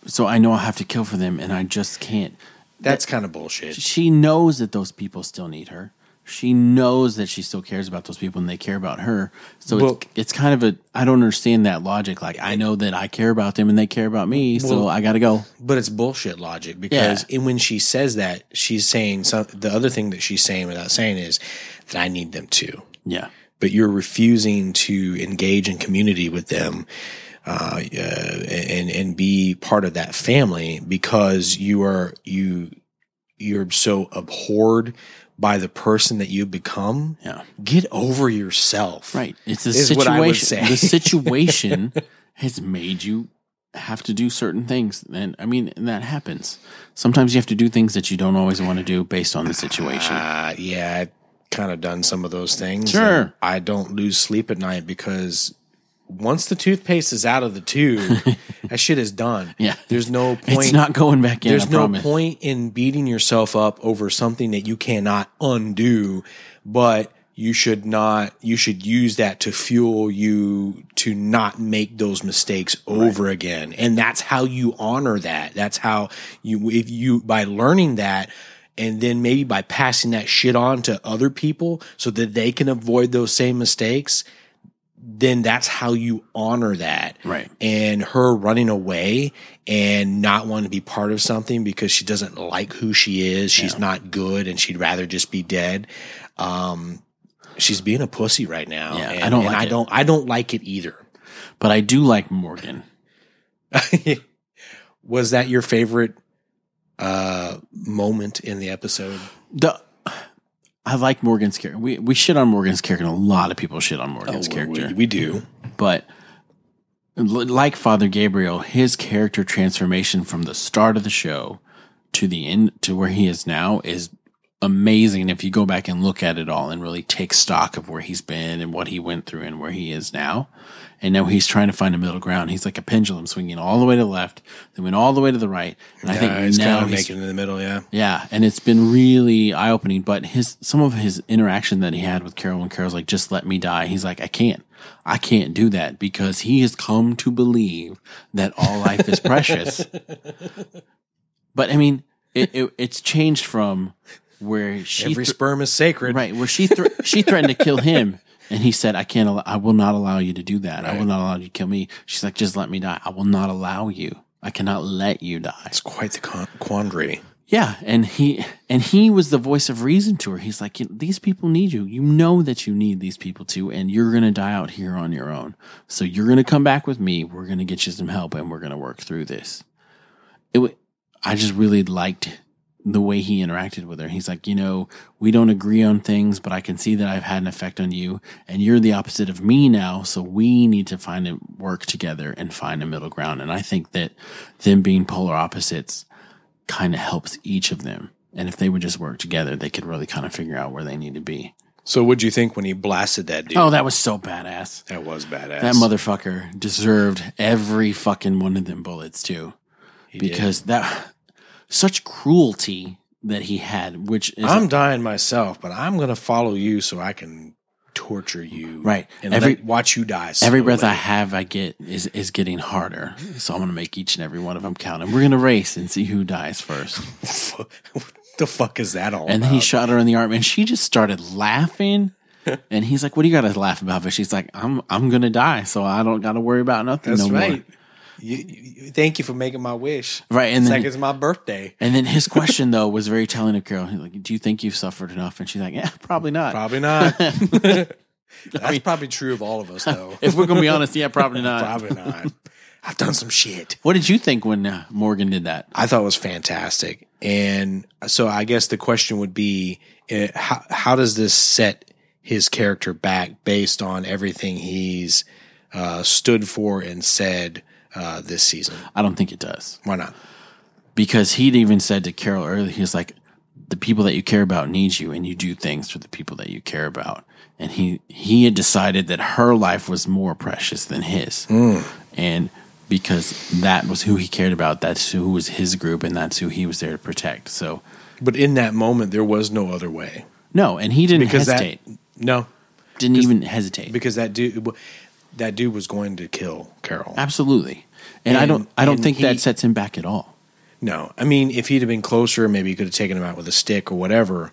them, so I know I have to kill for them, and I just can't.
That's kind of bullshit.
She knows that those people still need her. She knows that she still cares about those people, and they care about her. So
Well-
it's it's kind of a I don't understand that logic. Like I know that I care about them, and they care about me, so
Well-
I got to go.
But it's bullshit logic because and when she says that, she's saying some. The other thing that she's saying without saying is that I need them too.
Yeah,
but you're refusing to engage in community with them uh, uh, and and be part of that family because you are you you're so abhorred by the person that you become.
yeah,
Get over yourself.
right. It's the
Is
situation.
what I would say. (laughs)
The situation has made you have to do certain things, and I mean and that happens. Sometimes you have to do things that you don't always want to do based on the situation.
Uh, yeah, I've kind of done some of those things.
Sure.
And I don't lose sleep at night because once the toothpaste is out of the
(laughs)
tube, that shit is done.
Yeah.
There's no point.
It's not going back in.
There's
I
no
promise.
point in beating yourself up over something that you cannot undo, but you should not you should use that to fuel you to not make those mistakes over again. And that's how you honor that. That's how you if you by learning that and then maybe by passing that shit on to other people so that they can avoid those same mistakes, then that's how you honor that
Right.
and her running away and not wanting to be part of something because she doesn't like who she is. She's not good and she'd rather just be dead. Um, she's being a pussy right now.
Yeah, I
and,
don't
and
like
I
it.
don't I don't like it either. (laughs)
But I do like Morgan.
Was that your favorite uh moment in the episode?
the I like Morgan's character. We we shit on Morgan's character, and a lot of people shit on Morgan's character.
Oh, We, we do.
but l- like Father Gabriel, his character transformation from the start of the show to the end to where he is now is amazing. If you go back and look at it all and really take stock of where he's been and what he went through and where he is now, and now he's trying to find a middle ground. He's like a pendulum swinging all the way to the left, then went all the way to the right. And I think
Uh, it's
now
kind of
he's
making it in the middle, yeah.
yeah, and it's been really eye opening. But his some of his interaction that he had with Carol and Carol's like, just let me die. He's like, I can't, I can't do that because he has come to believe that all life is precious. But I mean, it, it it's changed from where she
Every
thr-
sperm is sacred.
right where she thr she threatened to kill him. And he said, "I can't. Allow, I will not allow you to do that. I will not allow you to kill me." She's like, "Just let me die. I will not allow you. I cannot let you die."
It's quite the con- quandary.
Yeah, and he and he was the voice of reason to her. He's like, "You- these people need you. You know that you need these people too, and you're gonna die out here on your own. So you're gonna come back with me. We're gonna get you some help, and we're gonna work through this. it wa- I just really liked the way he interacted with her. He's like, you know, we don't agree on things, but I can see that I've had an effect on you, and you're the opposite of me now. So we need to find a work together and find a middle ground. And I think that them being polar opposites kind of helps each of them. And if they would just work together, they could really kind of figure out where they need to be.
So what'd you think when he blasted that dude?
Oh, that was so badass.
that was badass.
That motherfucker deserved every fucking one of them bullets too,
He did.
because that such cruelty that he had, which is
I'm dying myself, but I'm gonna follow you so I can torture you.
Right.
And
Every-
let- watch you die. slowly.
every breath I have, I get is is getting harder. So I'm gonna make each and every one of them count, and we're gonna race and see who dies first.
(laughs) what the fuck is that all
And then
about?
he shot her in the arm, and she just started
(laughs)
laughing. And he's like, "What do you got to laugh about?" But she's like, "I'm I'm gonna die, so I don't got to worry about nothing
That's
no more."
right. You, you- thank you for making my wish.
Right, and
It's
then
like it's my birthday.
And then his
(laughs)
question though was very telling of Carol. He's like, "Do you think you've suffered enough?" And she's like, "Yeah, probably not.
Probably
(laughs)
not. (laughs) That's probably true of all of us, though.
If we're gonna be honest,
(laughs)
yeah, probably not."
probably
(laughs)
not. I've done some shit.
What did you think when uh, Morgan did that?
I thought it was fantastic. And so I guess the question would be eh, how, how does this set his character back based on everything he's uh, stood for and said uh, this season?
I don't think it does
Why not?
because he'd even said to Carol earlier, he was like, "The people that you care about need you, and you do things for the people that you care about." And he he had decided that her life was more precious than his,
Mm.
and because that was who he cared about, that's who was his group, and that's who he was there to protect. So
But in that moment, there was no other way.
no, and he didn't
Because
hesitate.
that, no,
didn't even hesitate.
because that dude, that dude was going to kill Carol.
Absolutely. And, I don't I
And-
don't
and
think
he-
that sets him back at all.
No, I mean, if he'd have been closer, maybe he could have taken him out with a stick or whatever.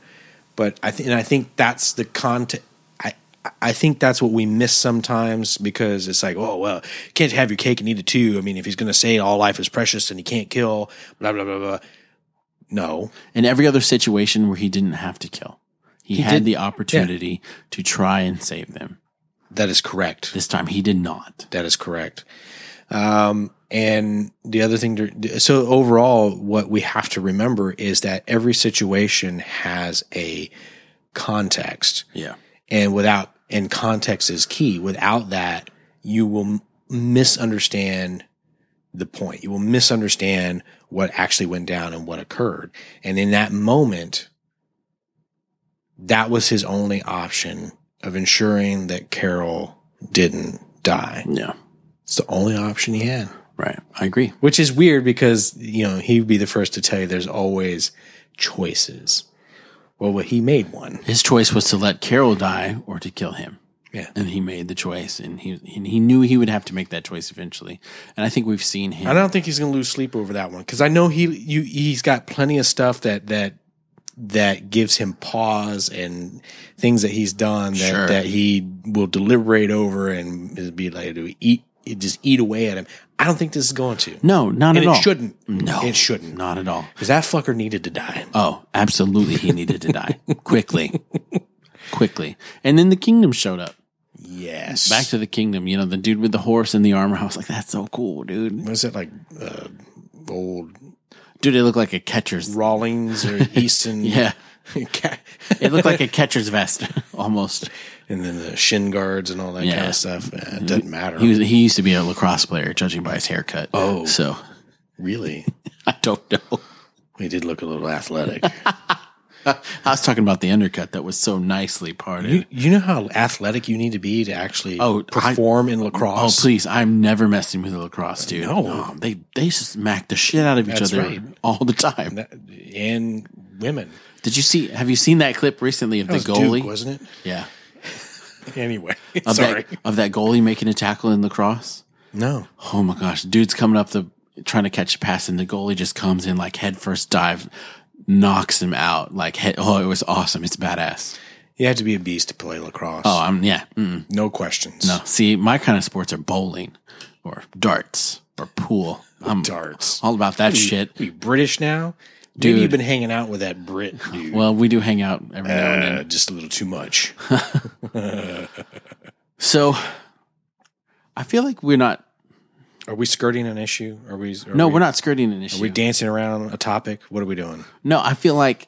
But I think, and I think that's the content. I I think that's what we miss sometimes because it's like, oh well, can't have your cake and eat it too. I mean, if he's going to say all life is precious and he can't kill, blah blah blah blah. No,
In every other situation where he didn't have to kill. He, had
did-
the opportunity to try and save them.
that is correct.
This time he did not.
That is correct. Um, and the other thing to so overall, what we have to remember is that every situation has a context.
Yeah.
and without and context is key without that you will m- misunderstand the point you will misunderstand what actually went down and what occurred and in that moment that was his only option of ensuring that carol didn't die
Yeah.
it's the only option he had
Right. I agree.
which is weird because you know he'd be the first to tell you there's always choices well he made one
His choice was to let Carol die or to kill him.
Yeah.
And he made the choice and he and he knew he would have to make that choice eventually. And I think we've seen him
I don't think he's going to lose sleep over that one because I know he you he's got plenty of stuff that that that gives him pause and things that he's done that
Sure.
that he will deliberate over and it'd be like to eat it just eat away at him. I don't think this is going to.
No, not
and
at
it
all.
shouldn't.
No.
it shouldn't.
Not at all.
Because that fucker needed to die.
Oh, absolutely. He needed to (laughs) die quickly, quickly. And then the kingdom showed up.
Yes.
Back to the kingdom. You know, the dude with the horse and the armor. I was like, that's so cool, dude.
was it like uh, old
Dude, it looked like a catcher's.
Rawlings
(laughs)
or Easton? (laughs)
Yeah,
and
it looked (laughs) like a catcher's vest almost.
then the shin guards and all that kind
Yeah.
of stuff. Eh, It doesn't matter.
He was he used to be a lacrosse player, judging by his haircut.
Oh.
so (laughs)
really.
I don't know.
He did look a little athletic.
I was talking about the undercut that was so nicely
(laughs)
parted.
you, you know how athletic you need to be to actually
Oh, I-
perform in
Oh
lacrosse.
please! I'm never messing with a lacrosse dude.
No.
they they smack the shit out of each
That's
other
right.
all the time.
That- and women.
Did you see? Have you seen that clip recently of
That
the
was Duke,
goalie?
wasn't it?
yeah, (laughs)
Anyway, (laughs)
of
sorry.
that of that goalie making a tackle in lacrosse.
No,
Oh my gosh, dude's coming up the trying to catch a pass, and the goalie just comes in like head first dive, knocks him out. Like head, oh, it was awesome. It's badass.
you have to be a beast to play lacrosse.
Oh, I'm yeah. Mm.
no questions.
No, see, my kind of sports are bowling, or darts, or pool. I'm
darts.
all about
Hmm.
that shit.
You British now? Dude,
Dude.
Maybe you've been hanging out with that Brit dude.
Well, we do hang out every now and then.
uh, just a little too much.
So I feel like we're not
Are we skirting an issue? Are we? Are
no,
we,
we're not skirting an
Are
issue.
we dancing around a topic? What are we doing?
no, I feel like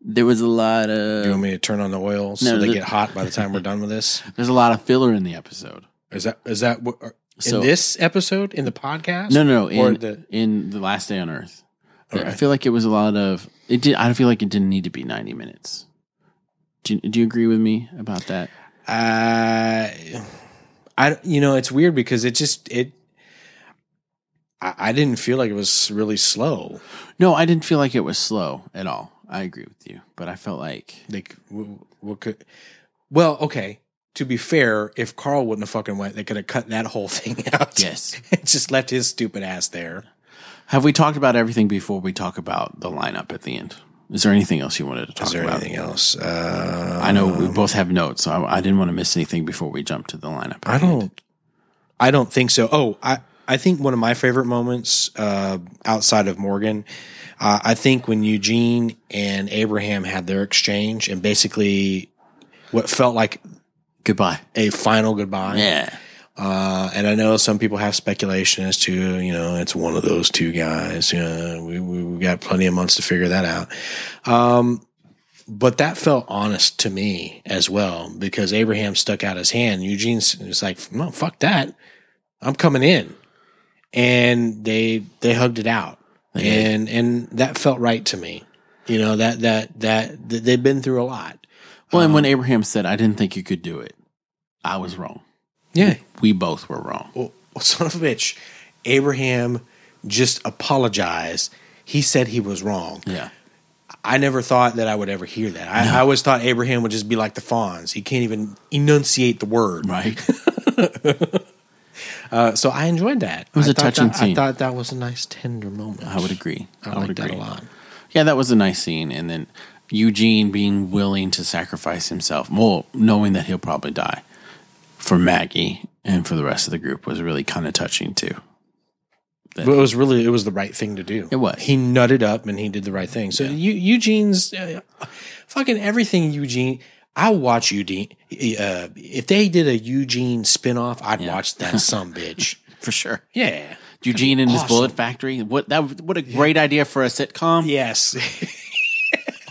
there was a lot
you want
of
me to turn on the oil so
Uh, no,
they
the-
get hot by the time we're done with this?
there's a lot of filler in the episode.
Is that is that what? are- In
So-
this episode, in the podcast,
No, no, no. In,
or the-
in the last day on Earth,
Okay.
I feel like it was a lot of it. Did I feel like it didn't need to be ninety minutes? Do you, do you agree with me about that?
Uh, I you know it's weird because it just it. I, I didn't feel like it was really slow.
No, I didn't feel like it was slow at all. I agree with you, but I felt like
Like w- what could? Well, okay. To be fair, if Carl wouldn't have fucking went, they could have cut that whole thing (laughs) out.
yes.
just left his stupid ass there.
Have we talked about everything before we talk about the lineup at the end? Is there anything else you wanted to talk
Is there
about?
anything else? Uh,
I know we both have notes, so I, I didn't want to miss anything before we jump to the lineup. at
I
the end.
don't. I don't think so. Oh, I I think one of my favorite moments uh, outside of Morgan, uh, I think when Eugene and Abraham had their exchange and basically what felt like
Goodbye.
a final goodbye.
Yeah.
Uh, and I know some people have speculation as to you know it's one of those two guys. Uh, we we we got plenty of months to figure that out. Um, but that felt honest to me as well because Abraham stuck out his hand. Eugene was like, "No, fuck that, I'm coming in," and they they hugged it out,
They did.
and and that felt right to me. You know that that that, that they've been through a lot.
Well, and
Um,
when Abraham said, I didn't think you could do it, I was wrong.
Yeah,
We both were wrong.
well, (laughs) son of a bitch, Abraham just apologized. He said he was wrong.
Yeah.
I never thought that I would ever hear that. I, I always thought Abraham would just be like the Fonz. He can't even enunciate the word. (laughs)
Right.
Uh, so I enjoyed that. It
was
a
a touching
that, I
scene.
thought that was a nice tender moment.
I would agree.
I,
would
liked that
agree.
a lot.
Yeah, that was a nice scene. And then Eugene being willing to sacrifice himself, well, knowing that he'll probably die for Maggie and for the rest of the group was really kind of touching too.
But it was really it was the right thing to do.
It was.
He nutted up and he did the right thing. So Eu- Eugene's uh, fucking everything. Eugene, I watch Eugene. Uh, if they did a Eugene spinoff, I'd watch that some
(laughs)
bitch.
For sure.
Yeah.
Eugene and his
awesome.
bullet factory. What that what a great idea for a sitcom.
Yes.
(laughs)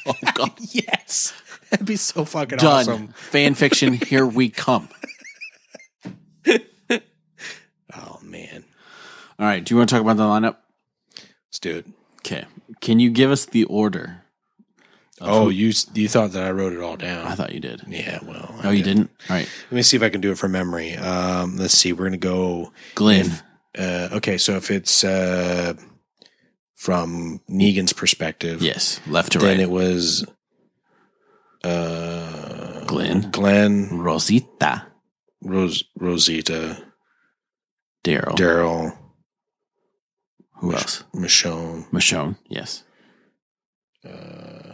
Oh, God.
(laughs) yes. That'd be so fucking
Done.
awesome.
(laughs) Fan fiction, here we come.
Oh man.
All right. Do you want to talk about the lineup?
Let's do it.
Okay. Can you give us the order?
Oh, you s- you thought that I wrote it all
I
down.
thought you did.
Yeah, well.
Oh, you didn't? All right.
Let me see if I can do it from memory. Um, let's see. We're gonna go
Glenn.
uh, okay, so if it's uh, from Negan's perspective,
Yes. Left to
then
right.
it was uh,
Glenn.
Glenn,
Rosita.
Ros- Rosita,
Daryl.
Daryl,
Who else?
Michonne.
Michonne. Yes.
Uh,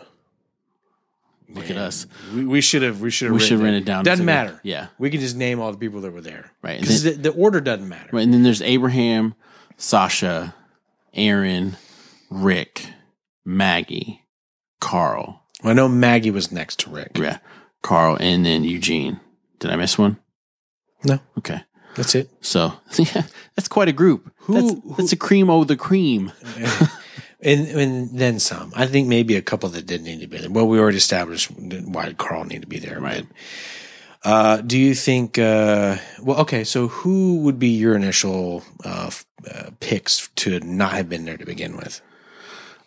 Look
man.
at us.
We, we should have. We should have.
We should
written
run it down.
Doesn't
to-
matter.
Yeah.
We can just name all the people that were there.
Right. And
Because
then,
the, the order doesn't matter.
right, and then there's Abraham, Sasha, Aaron, Rick, Maggie, Carl.
I know Maggie was next to Rick.
Yeah. Carl, and then Eugene. Did I miss one?
No.
Okay.
That's it.
So (laughs) yeah, that's quite a group.
Who-
that's,
who-
that's a cream o' the cream.
(laughs) and and then some. I think maybe a couple that didn't need to be there. Well, we already established why Carl needed to be there.
Right.
but, uh, do you think? Uh, well, okay. So, who would be your initial uh, f- uh, picks to not have been there to begin with?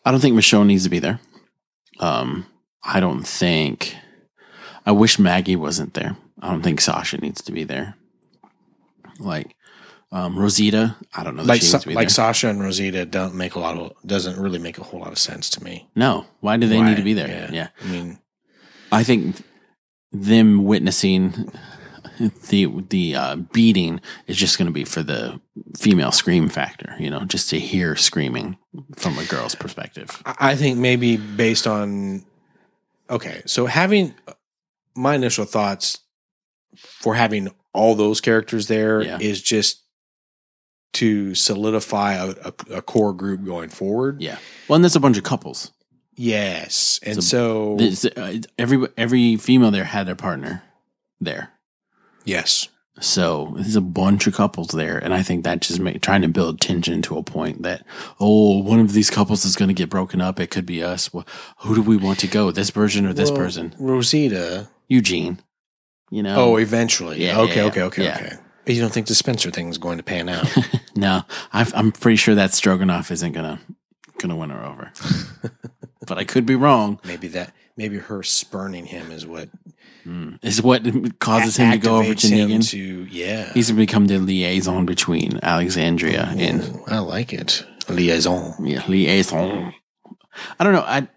I don't think Michonne needs to be there. Um, I don't think. I wish Maggie wasn't there. I don't think Sasha needs to be there. Like um, Rosita, I don't know. That
Like
she
Sa-
needs to be
like
there.
Sasha and Rosita don't make a lot of doesn't really make a whole lot of sense to me.
no. Why do they
Why?
need to be there?
Yeah.
Yeah.
I mean,
I think them witnessing the the uh, beating is just going to be for the female scream factor. You know, just to hear screaming from a girl's perspective.
I I think maybe based on okay, so having uh, my initial thoughts for having all those characters there is
Yeah.
just to solidify a, a, a core group going forward.
Yeah. Well, and that's a bunch of couples.
Yes, and
It's a-
so
This, uh, every every female there had their partner there,
yes,
So there's a bunch of couples there, and I think that just make, trying to build tension to a point that oh, one of these couples is going to get broken up. It could be us. Well, who do we want to go? This version or this
Well,
person?
Rosita.
Eugene. You know.
Oh, eventually.
Yeah,
okay,
yeah,
okay, okay,
yeah.
okay. But you don't think the Spencer thing is going to pan
(laughs)
out?
No, I've, I'm pretty sure that Stroganoff isn't gonna gonna win
(laughs)
her over, but I could be wrong.
maybe that. Maybe her spurning him is what Hmm.
Is what causes him to go over to
activates him
Negan.
To yeah,
He's become the liaison between Alexandria and
Ooh, I like it. Liaison.
yeah, liaison. I don't know. I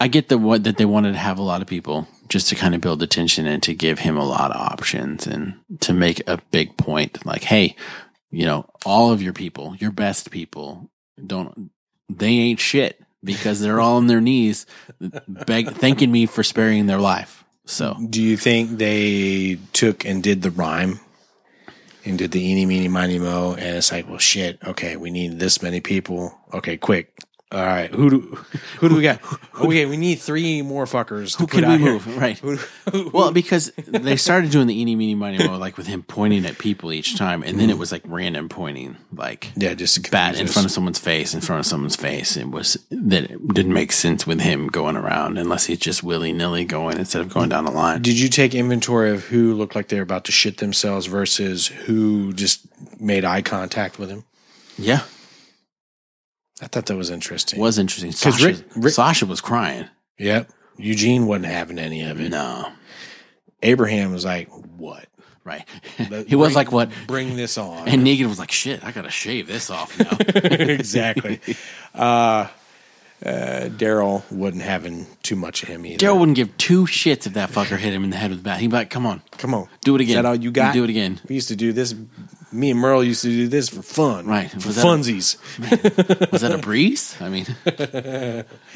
I get the what that they wanted to have a lot of people just to kind of build attention and to give him a lot of options and to make a big point like, hey, you know, all of your people, your best people, don't they ain't shit because they're all on their knees beg, thanking me for sparing their life. So
Do you think they took and did the rhyme and did the eeny meeny miny mo? And it's like, well, shit. Okay, we need this many people. Okay, quick. All right, who do who do we
(laughs)
got? Okay, we need three more fuckers. Who
can we move? Right.
Who, who-
Well, because they started doing the eeny, meeny, miny, mo, like with him pointing at people each time, and then it was like random pointing, like
(laughs) yeah, just to
bat in
confuse
front
us.
of someone's face, in front of someone's face. It was that it didn't make sense with him going around unless he's just willy nilly going instead of going down the line.
Did you take inventory of who looked like they're about to shit themselves versus who just made eye contact with him?
Yeah,
I thought that was interesting.
it was interesting. Sasha,
Rick- Rick-
Sasha was crying.
Yep. Eugene wasn't having any of it.
No,
Abraham was like, "What?
right.
Let-
(laughs) he was
bring-
like, "What?"
Bring this on."
And Negan was like, "Shit, I gotta shave this
(laughs)
off now." (laughs)
exactly. Uh, uh, Daryl wasn't having too much of him either.
Daryl wouldn't give two shits if that fucker hit him in the head with the bat. He'd be like, "Come on,
come on,
do it again."
Is that all you got?
Do it again.
We used to do this. Me and Merle used to do this for fun,
Right.
For
Was that a-
funsies.
Was that a breeze?
(laughs)
I mean,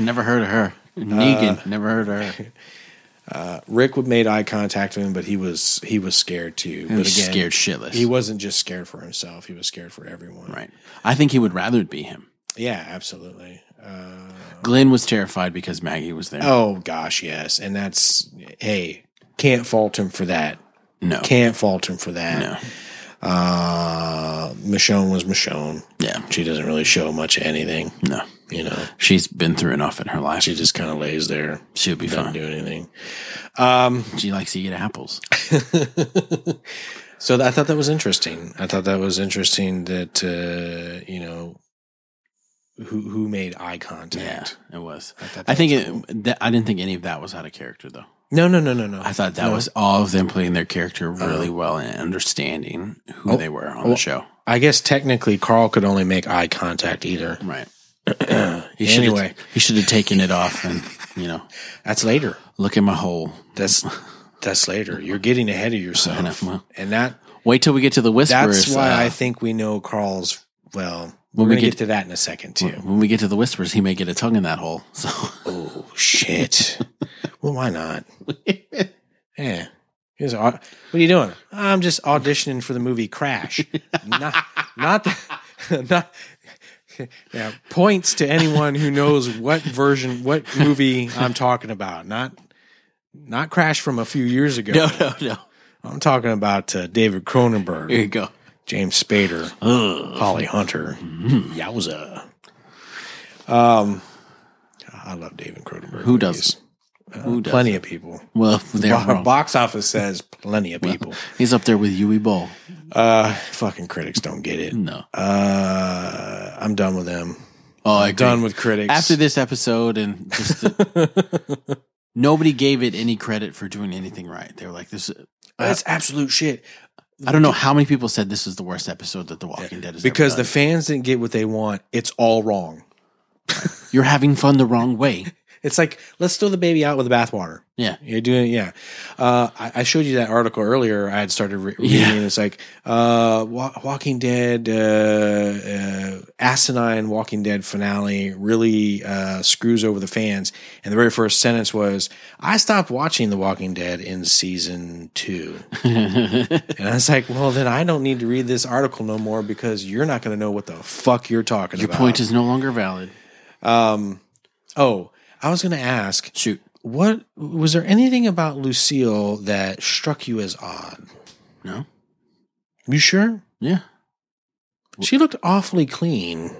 never heard of her.
Uh,
Negan, never heard of
(laughs)
her.
Rick would made eye contact with him, but he was he was scared too.
He
but
was scared shitless.
He wasn't just scared for himself; he was scared for everyone.
right. I think he would rather it be him.
Yeah, absolutely. Uh,
Glenn was terrified because Maggie was there.
oh gosh, yes, and that's hey, can't fault him for that.
no.
Can't fault him for that.
No.
Uh, Michonne was Michonne.
Yeah.
She doesn't really show much of anything.
No.
You know,
She's been through enough in her life.
she just kind of lays there,
She'll be
doesn't
fine.
do anything.
She likes to
(laughs)
eat apples.
So th- I thought that was interesting. I thought that was interesting that uh, you know who who made eye
Yeah,
contact.
it was.
thought that
I think
was
it, that, I didn't think any of that was out of character, though.
No, no, no, no, no.
I thought that
No. Uh-huh.
was all of them playing their character really well and understanding who
Oh,
they were on
oh.
the show.
I guess technically Carl could only make eye contact either.
Right.
(clears throat)
He should've-
anyway,
he should have taken it off and, you know,
that's later.
look at my hole. (laughs)
That's that's later. You're getting ahead of
know,
yourself,
well.
and that
Wait till we get to the whispers.
that's why
uh,
I think we know Carl's. Well,
When
we're
we
gonna
get-
get, to that in a second too.
Uh, when we get to the whispers, he may get a tongue in that hole. (laughs) So
Oh shit! (laughs) well, why
(laughs)
not? Yeah. Here's au- what are you doing? I'm just auditioning for the movie
(laughs)
Crash. not, not, the, (laughs) not. Yeah, points to anyone who knows what version, what movie I'm talking about. Not, not Crash from a few years ago.
no, no, no.
I'm talking about uh, David
Here
Cronenberg,
you go.
James Spader,
Ugh. Mm-hmm.
Holly Hunter. Yowza. Um, I love David Cronenberg.
Who
movies.
doesn't? Who does?
Uh, Plenty of people. (laughs)
Well, they're
Bo-
wrong.
box office says plenty of people.
He's up there with Yui Bowl.
Uh, fucking critics don't get it.
No.
Uh, I'm done with them.
Oh, I agree.
Done with critics.
After this episode and
(laughs)
just the- nobody gave it any credit for doing anything right. They were like, "This."
that's absolute shit.
I don't know how many people said this was the worst episode that The Walking Dead has
Because
ever
the
done.
fans didn't get what they want. It's all wrong.
you're having fun the wrong way.
It's like let's throw the baby out with the bathwater. (laughs)
Yeah.
You're doing yeah. Uh, I, I showed you that article earlier. I had started re- reading.
Yeah.
And it's like uh, Wa- Walking Dead, uh, uh, asinine Walking Dead finale really uh, screws over the fans. And the very first sentence was, "I stopped watching The Walking Dead in season two. (laughs) and I was like, "Well, then I don't need to read this article no more because you're not going to know what the fuck you're talking
Your
about."
point is no longer valid.
oh, I was going to ask.
Shoot.
What was there anything about Lucille that struck you as odd?
No.
You sure?
Yeah.
She looked awfully clean.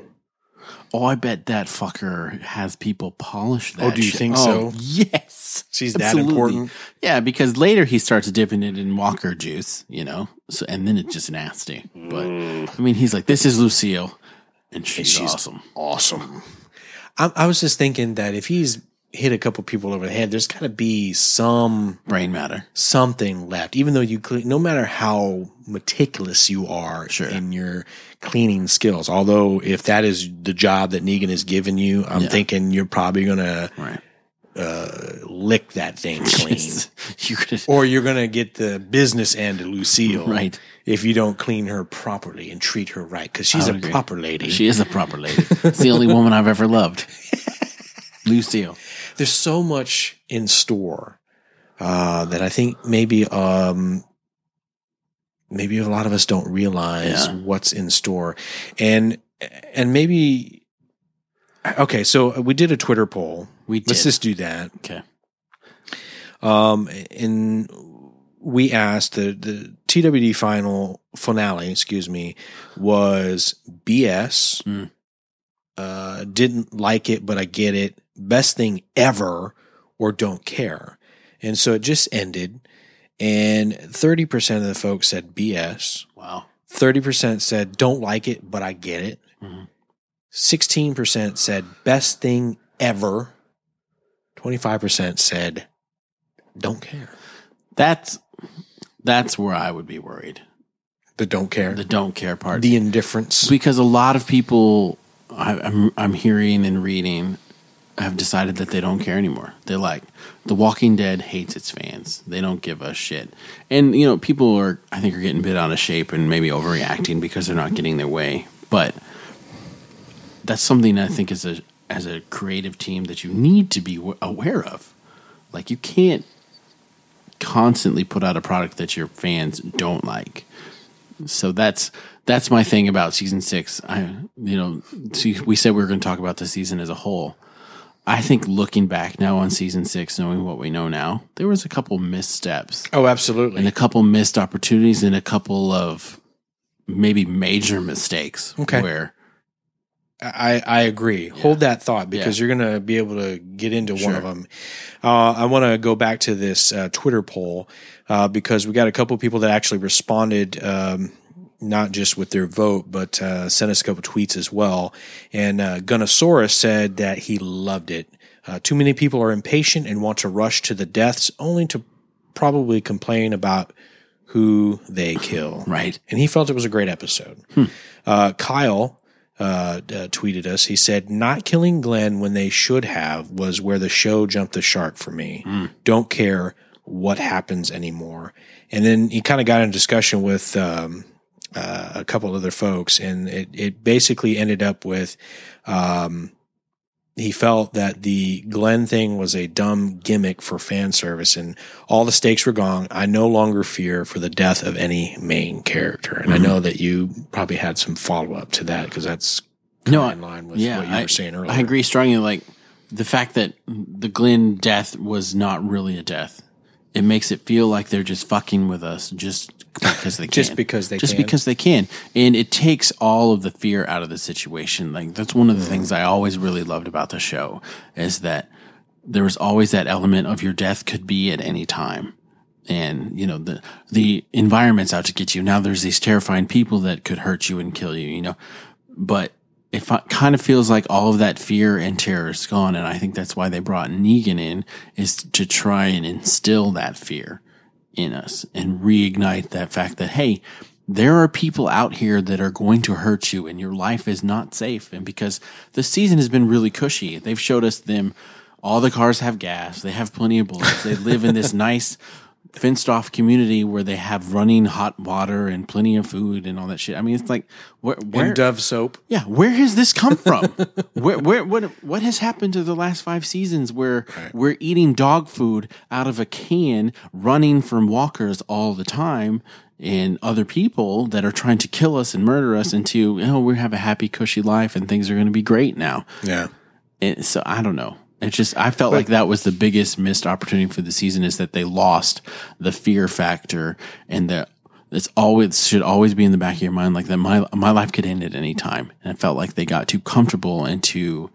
Oh, I bet that fucker has people polish that.
Oh, do you
shit.
think so?
Yes.
She's
Absolutely.
that important.
Yeah, because later he starts dipping it in Walker juice, you know, so and then it's just nasty. But I mean, he's like, "This is Lucille," and she's,
Mm. she's-
awesome.
Awesome. I, I was just thinking that if he's hit a couple people over the head, there's got to be some
Brain matter.
something left. Even though you clean, no matter how meticulous you are
Sure.
in your cleaning skills. Although, if that is the job that Negan has given you, I'm
Yeah.
thinking you're probably gonna
Right.
uh, lick that
(laughs)
thing clean.
you could.
Or you're gonna get the business end of Lucille,
(laughs) Right.
If you don't clean her properly and treat her right, because she's
I
a
would agree.
proper lady.
She is a proper lady. It's the only woman I've
(laughs)
ever loved. Lucille.
There's so much in store uh, that I think maybe um, maybe a lot of us don't realize
Yeah.
what's in store, and and maybe okay. So we did a Twitter poll.
We did.
Let's just do that.
okay.
Um, and we asked the, the TWD final finale, excuse me, was BS.
Mm.
Uh, didn't like it, but I get it. Best thing ever, or don't care. And so it just ended. And 30% of the folks said BS.
Wow.
30% said don't like it, but I get it.
Mhm.
16% said best thing ever. 25% said don't care.
That's that's where I would be worried.
The don't care.
The
The,
don't care part.
indifference.
because a lot of people I, I'm, I'm hearing and reading have decided that they don't care anymore. They're like, The Walking Dead hates its fans. They don't give a shit. And you know, people are I think are getting bit out of shape and maybe overreacting because they're not getting their way. But that's something I think as a as a creative team that you need to be w- aware of. Like you can't constantly put out a product that your fans don't like. So that's that's my thing about season six. I you know see, we said we were going to talk about the season as a whole. I think looking back now on season six, knowing what we know now, there was a couple missteps
oh, absolutely.
and a couple missed opportunities and a couple of maybe major mistakes.
Okay.
where
I, I agree. Hold that thought because you're going to be able to get into one of them. Uh, I want to go back to this uh, Twitter poll uh, because we got a couple people that actually responded, um, not just with their vote, but uh, sent us a couple tweets as well. And uh, Gunnosaurus said that he loved it. Uh, too many people are impatient and want to rush to the deaths only to probably complain about who they kill
right,
and he felt it was a great episode. Uh, Kyle uh, d- uh, tweeted us. He said, "Not killing Glenn when they should have was where the show jumped the shark for me. Don't care what happens anymore." And then he kind of got in discussion with um, uh, a couple other folks, and it, it basically ended up with. Um, he felt that the Glenn thing was a dumb gimmick for fan service and all the stakes were gone. I no longer fear for the death of any main character. And
Mm-hmm.
I know that you probably had some follow up to that because that's
No,
kinda in line with
yeah,
what you
I-
were saying earlier.
I agree strongly. Like the fact that the Glenn death was not really a death, it makes it feel like they're just fucking with us just because
(laughs)
they
Just
can.
because they
just
can.
because they can, and it takes all of the fear out of the situation. Like that's one of the things I always really loved about the show is that there was always that element of your death could be at any time. And you know the the environment's out to get you. Now there's these terrifying people that could hurt you and kill you. You know, but it fi- kind of feels like all of that fear and terror is gone. And I think that's why they brought Negan in is to try and instill that fear in us and reignite that fact that, hey, there are people out here that are going to hurt you and your life is not safe. And because the season has been really cushy, they've showed us them. All the cars have gas. They have plenty of bullets. They live in this nice fenced off community where they have running hot water and plenty of food and all that shit. I mean, it's like, where, where
And Dove soap.
yeah, where has this come from? where, where, what, what has happened to the last five seasons where we're eating dog food out of a can, running from walkers all the time, and other people that are trying to kill us and murder us into, oh, we have a happy, cushy life and things are going to be great now.
Yeah.
And so I don't know. It just I felt like that was the biggest missed opportunity for the season is that they lost the fear factor and the it's always should always be in the back of your mind like that my my life could end at any time and it felt like they got too comfortable and too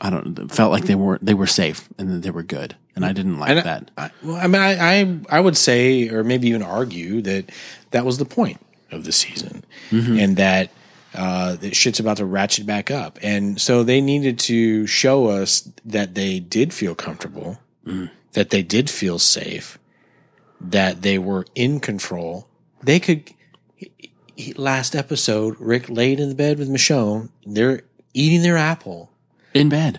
i don't it felt like they were they were safe and that they were good and i didn't like
And I-
that
I, well, I mean, I, I I would say, or maybe even argue that that was the point of the season, and that uh, that shit's about to ratchet back up, and so they needed to show us that they did feel comfortable, that they did feel safe, that they were in control. They could. he- he- Last episode, Rick laid in the bed with Michonne. They're eating their apple
in bed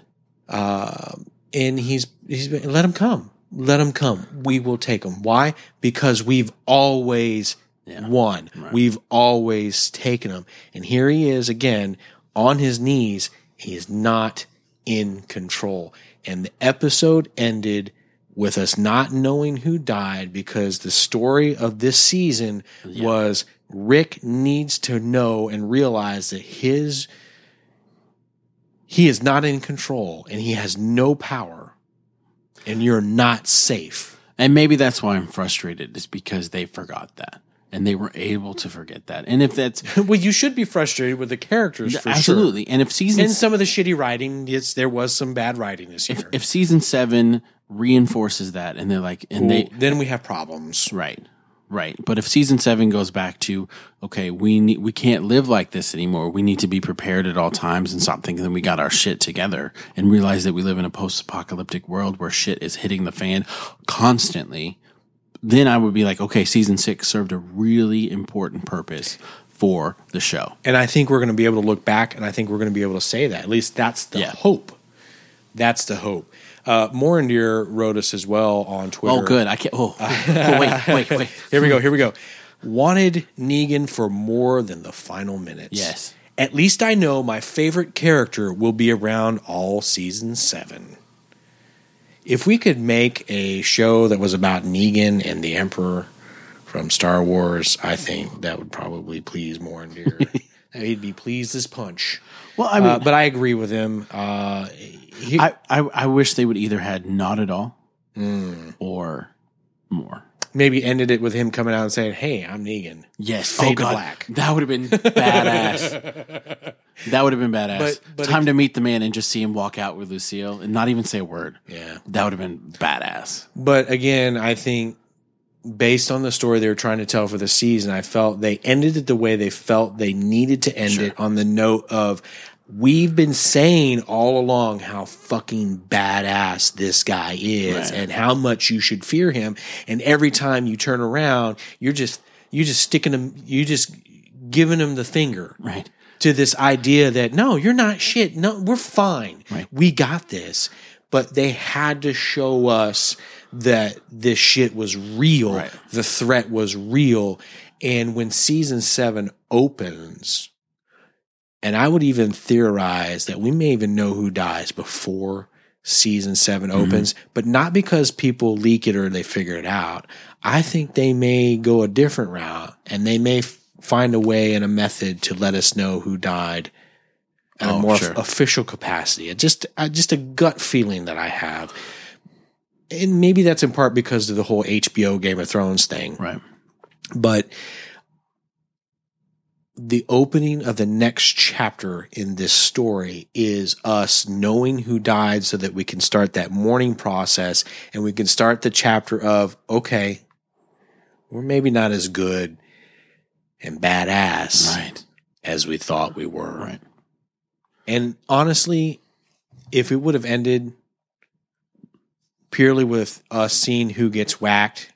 and he's he's been, let him come let him come we will take him why because we've always won we've always taken him and here he is again on his knees he is not in control and the episode ended with us not knowing who died because the story of this season was Rick needs to know and realize that his he is not in control and he has no power and you're not safe
And maybe that's why I'm frustrated is because they forgot that and they were able to forget that. And
(laughs)
if
(laughs)
that's
well you should be frustrated with the characters for
absolutely, and if season
sure and some of the shitty writing yes there was some bad writing this (laughs) year
if season seven reinforces that and they're like, and
Well,
they,
then we have problems
Right. Right. But if season seven goes back to, okay, we need, we can't live like this anymore. We need to be prepared at all times and stop thinking that we got our shit together and realize that we live in a post apocalyptic world where shit is hitting the fan constantly. Then I would be like, okay, season six served a really important purpose for the show.
and i think we're going to be able to look back and i think we're going to be able to say that at least that's the
Yeah.
hope that's the hope uh, Morindir wrote us as well on Twitter.
Oh, good. I can't. Oh, oh, wait, wait, wait.
Here we go. Here we go. Wanted Negan for more than the final minutes.
Yes.
At least I know my favorite character will be around all season seven. If we could make a show that was about Negan and the Emperor from Star Wars, I think that would probably please more and
(laughs)
dear. He'd be pleased as punch.
Well, I mean,
Uh, but I agree with him. Uh, he-
I, I, I wish they would either had not at all
Mm.
or more.
maybe ended it with him coming out and saying, "Hey, I'm Negan."
Yes,
Fade
oh
to
God.
black.
That would have been badass. that would have been badass.
But- but
Time to meet the man and just see him walk out with Lucille and not even say a word.
Yeah.
That would have been badass.
But again, I think based on the story they were trying to tell for the season, I felt they ended it the way they felt they needed to end it on the note of we've been saying all along how fucking badass this guy is
Right.
and how much you should fear him. And every time you turn around, you're just you're just sticking him you just giving him the finger
Right.
to this idea that no, you're not shit. No, we're fine.
Right.
We got this. But they had to show us that this shit was real.
Right.
The threat was real. And when season seven opens, and I would even theorize that we may even know who dies before season 7
Mm-hmm.
opens, but not because people leak it or they figure it out. I think they may go a different route and they may f- find a way and a method to let us know who died at
Oh,
a more
sure.
official capacity. It just I, just a gut feeling that I have. And maybe that's in part because of the whole HBO Game of Thrones thing
Right.
but the opening of the next chapter in this story is us knowing who died so that we can start that mourning process and we can start the chapter of okay we're maybe not as good and badass
Right.
as we thought we were
Right.
and honestly, if it would have ended purely with us seeing who gets whacked,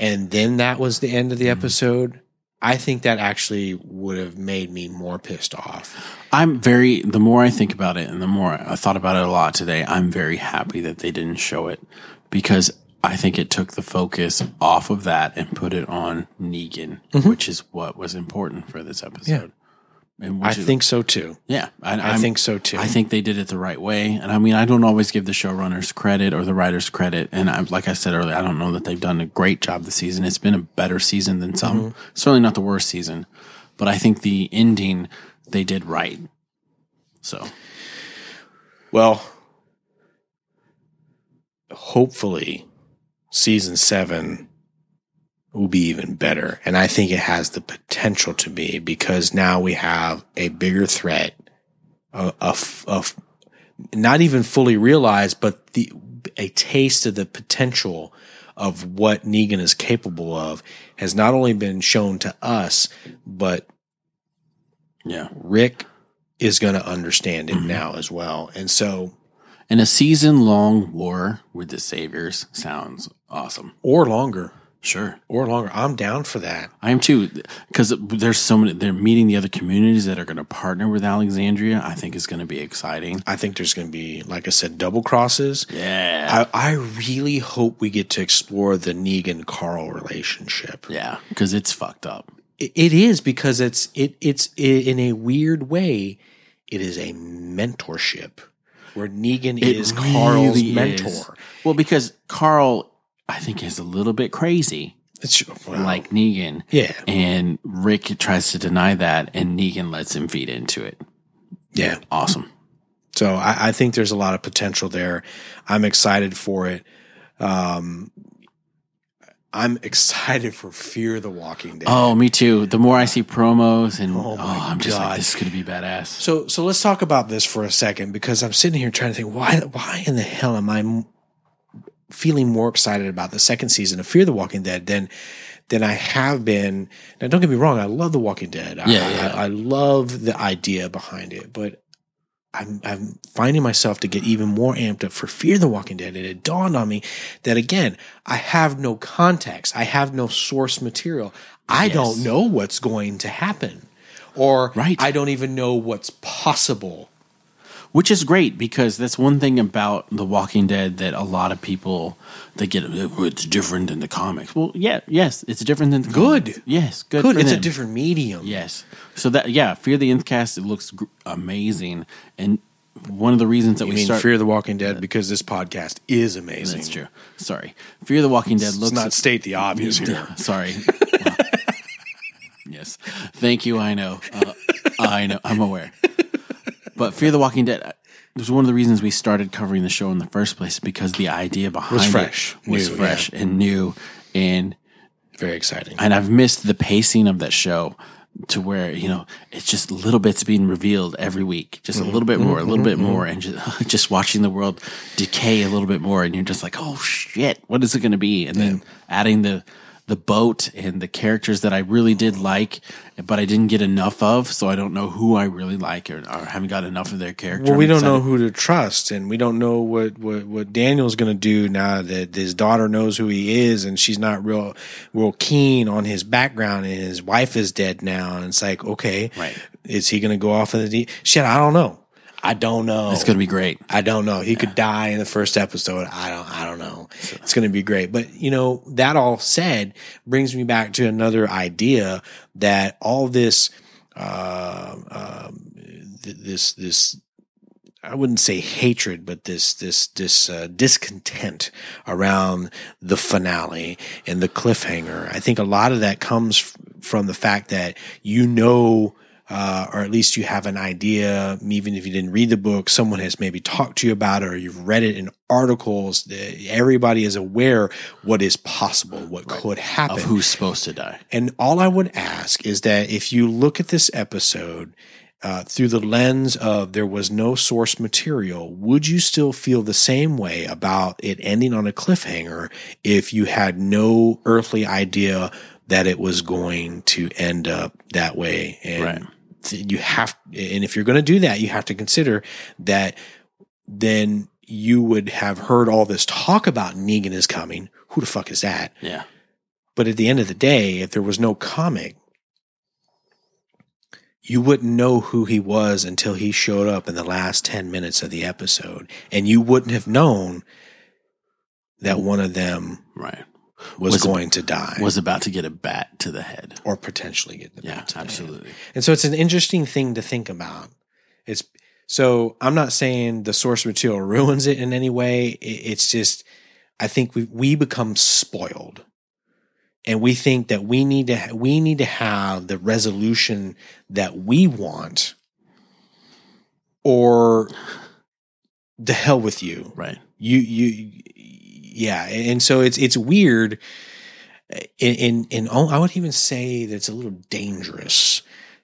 and then that was the end of
Mm-hmm.
the episode, I think that actually would have made me more pissed off.
I'm very, the more I think about it and the more I thought about it a lot today, I'm very happy that they didn't show it because I think it took the focus off of that and put it on Negan,
Mm-hmm.
which is what was important for this episode. And
I
which is-
think so too.
yeah,
I
I'm-
think so too.
I think they did it the right way. And I mean, I don't always give the showrunners credit or the writers credit. And I, like I said earlier, I don't know that they've done a great job this season. It's been a better season than some. Certainly not the worst season. But I think the ending they did right. So
well, hopefully, season seven will be even better. And I think it has the potential to be because now we have a bigger threat of, of, of not even fully realized, but the, a taste of the potential of what Negan is capable of has not only been shown to us, but
Yeah.
Rick is going to understand it now as well. And so,
And a season long war with the Saviors sounds awesome.
or longer,
Sure.
or longer, I'm down for that.
I am too, because there's so many. They're meeting the other communities that are going to partner with Alexandria. I think is going to be exciting.
I think there's going to be, like I said, double crosses.
Yeah,
I, I really hope we get to explore the Negan Carl relationship.
yeah, because it's fucked up.
It- it is because it's it it's i in a weird way, it is a mentorship where Negan
It
is Carl's
really is.
mentor.
Well, because Carl, I think, is a little bit crazy,
It's well,
like Negan,
yeah,
and Rick tries to deny that, and Negan lets him feed into it.
yeah.
Awesome.
So I, I think there's a lot of potential there. I'm excited for it. Um, I'm excited for Fear the Walking Dead.
Oh, me too. The more I see promos, and
Oh
oh,
my
I'm just
God.
like, this is going to be badass.
So so let's talk about this for a second because I'm sitting here trying to think why why in the hell am I m- feeling more excited about the second season of Fear the Walking Dead than than I have been. Now don't get me wrong, I love The Walking Dead. I,
Yeah, yeah.
I, I love the idea behind it, but I'm I'm finding myself to get even more amped up for Fear the Walking Dead, and it dawned on me that again I have no context, I have no source material, I
Yes.
don't know what's going to happen, or
Right.
I don't even know what's possible.
Which is great because that's one thing about The Walking Dead that a lot of people they get "Oh, it's different than the comics. Well, yeah, yes, it's different than the
Good.
comics. Yes, good.
Good,
for
it's a
them.
different medium.
Yes. So that yeah, Fear the Nth cast it looks gr- amazing and one of the reasons that
I
we
mean,
start
Fear the Walking Dead because this podcast is amazing.
that's true. Sorry. Fear the Walking Dead
Let's
looks (laughs)
not state the obvious here.
Sorry. Wow. yes. Thank you. I know. Uh, I know. I'm aware. But Fear the Walking Dead uh, was one of the reasons we started covering the show in the first place because the idea behind it
fresh,
was
new, yeah.
fresh and new, and
Very exciting.
and I've missed the pacing of that show to where you know it's just little bits being revealed every week, just
Mm-hmm.
a little bit more, a little bit more, and just (laughs) just watching the world decay a little bit more, and you're just like, oh shit, what is it going to be? And then adding the the boat and the characters that I really did like, but I didn't get enough of, so I don't know who I really like or, or haven't got enough of their character.
Well, we
I'm
don't
excited.
know who to trust, and we don't know what what, what Daniel's going to do now that his daughter knows who he is, and she's not real real keen on his background, and his wife is dead now, and it's like, okay,
Right.
Is he going to go off of the deep? Shit, I don't know. I don't know.
It's going to be great.
I don't know. He could die in the first episode. I don't. I don't know. It's going to be great. But you know, that all said, brings me back to another idea that all this, uh, um, th- this, this. I wouldn't say hatred, but this this this uh, discontent around the finale and the cliffhanger. I think a lot of that comes f- from the fact that you know uh, or at least you have an idea, even if you didn't read the book, someone has maybe talked to you about it or you've read it in articles. The- Everybody is aware what is possible, what could happen.
Of who's supposed to die?
and all I would ask is that if you look at this episode uh, through the lens of there was no source material, would you still feel the same way about it ending on a cliffhanger if you had no earthly idea that it was going to end up that way? And
Right.
th- you have, and if you're going to do that, you have to consider that then you would have heard all this talk about Negan is coming. Who the fuck is that?
Yeah.
But at the end of the day, if there was no comic, you wouldn't know who he was until he showed up in the last 10 minutes of the episode. And you wouldn't have known that one of them
Right.
was,
Was-
going to die
Was about to get a bat to the head.
or potentially get the
Yeah,
bat to the head.
absolutely.
And so it's an interesting thing to think about. It's so I'm not saying the source material ruins it in any way. I- It's just I think we we become spoiled, and we think that we need to ha- we need to have the resolution that we want, or the hell with you
Right.
you you yeah and so it's it's weird in in, in oh, I would even say that it's a little dangerous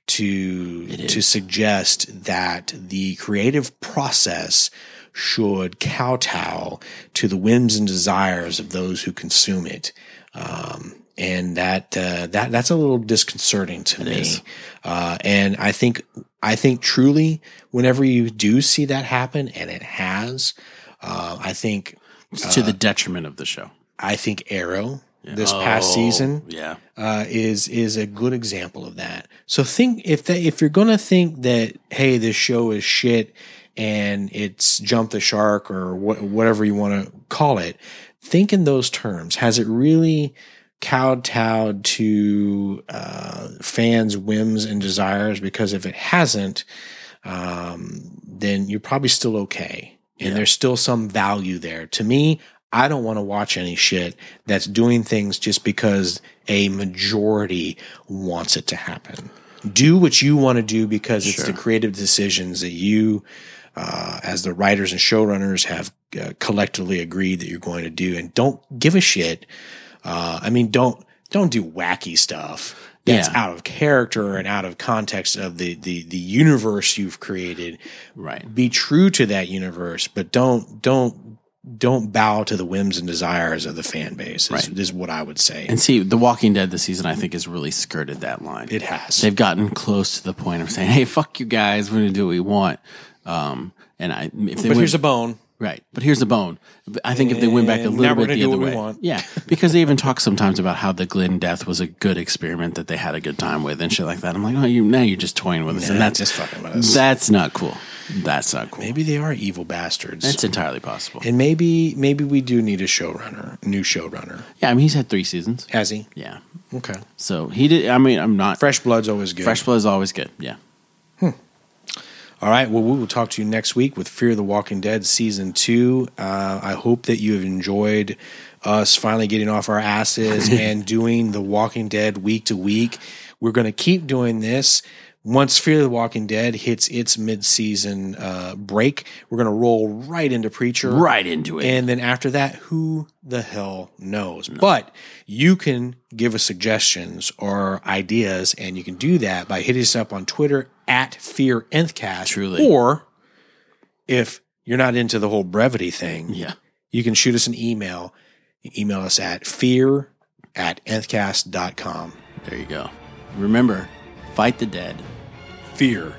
to
It
to
is.
suggest that the creative process should kowtow to the whims and desires of those who consume it. Um, and that uh, that that's a little disconcerting to
It
me.
is.
Uh, and I think I think truly, whenever you do see that happen, and it has, uh, I think
It's to the detriment of the show.
I think Arrow
Yeah.
this past
Oh,
season
Yeah.
uh, is is a good example of that. So think if that if you're gonna think that hey this show is shit and it's jump the shark or wha- whatever you want to call it, think in those terms. Has it really kowtowed to uh, fans' whims and desires? Because if it hasn't, um, then you're probably still okay. And
Yeah.
there's still some value there. To me, I don't want to watch any shit that's doing things just because a majority wants it to happen. Do what you want to do because it's the
Sure.
creative decisions that you, uh, as the writers and showrunners, have uh, collectively agreed that you're going to do, and don't give a shit. Uh, I mean, don't don't do wacky stuff that's
Yeah.
out of character and out of context of the the the universe you've created.
Right.
Be true to that universe, but don't don't don't bow to the whims and desires of the fan base. Is,
Right.
is what I would say.
And see, The Walking Dead this season, I think, has really skirted that line.
it has.
They've gotten close to the point of saying, "Hey, fuck you guys. We're gonna do what we want." Um, and I, if they
but
went-
here's a bone.
Right. But here's the bone. I think if they went back a
And
little
now we're
bit
gonna
the
do
other
what we
way.
want.
Yeah. Because they even talk sometimes about how the Glenn death was a good experiment that they had a good time with and shit like that. I'm like, oh, you now you're just toying with us. and that's
just fucking with us.
That's not cool. That's not cool.
Maybe they are evil bastards.
That's entirely possible.
and maybe maybe we do need a showrunner, new showrunner.
yeah, I mean he's had three seasons.
Has he?
Yeah.
Okay.
So he did I mean I'm not
Fresh blood's always good.
Fresh blood is always good. Yeah.
All right. Well, we will talk to you next week with Fear the Walking Dead season two. Uh, I hope that you have enjoyed us finally getting off our asses and doing the Walking Dead week to week. We're going to keep doing this. Once Fear the Walking Dead hits its mid-season uh, break, we're going to roll right into Preacher.
Right into it.
And then after that, who the hell knows? But you can give us suggestions or ideas, and you can do that by hitting us up on Twitter at FearNthCast.
Truly.
Or if you're not into the whole brevity thing,
yeah.
you can shoot us an email. Email us at fear at nthcast.com.
There you go. Remember, fight the dead.
Fear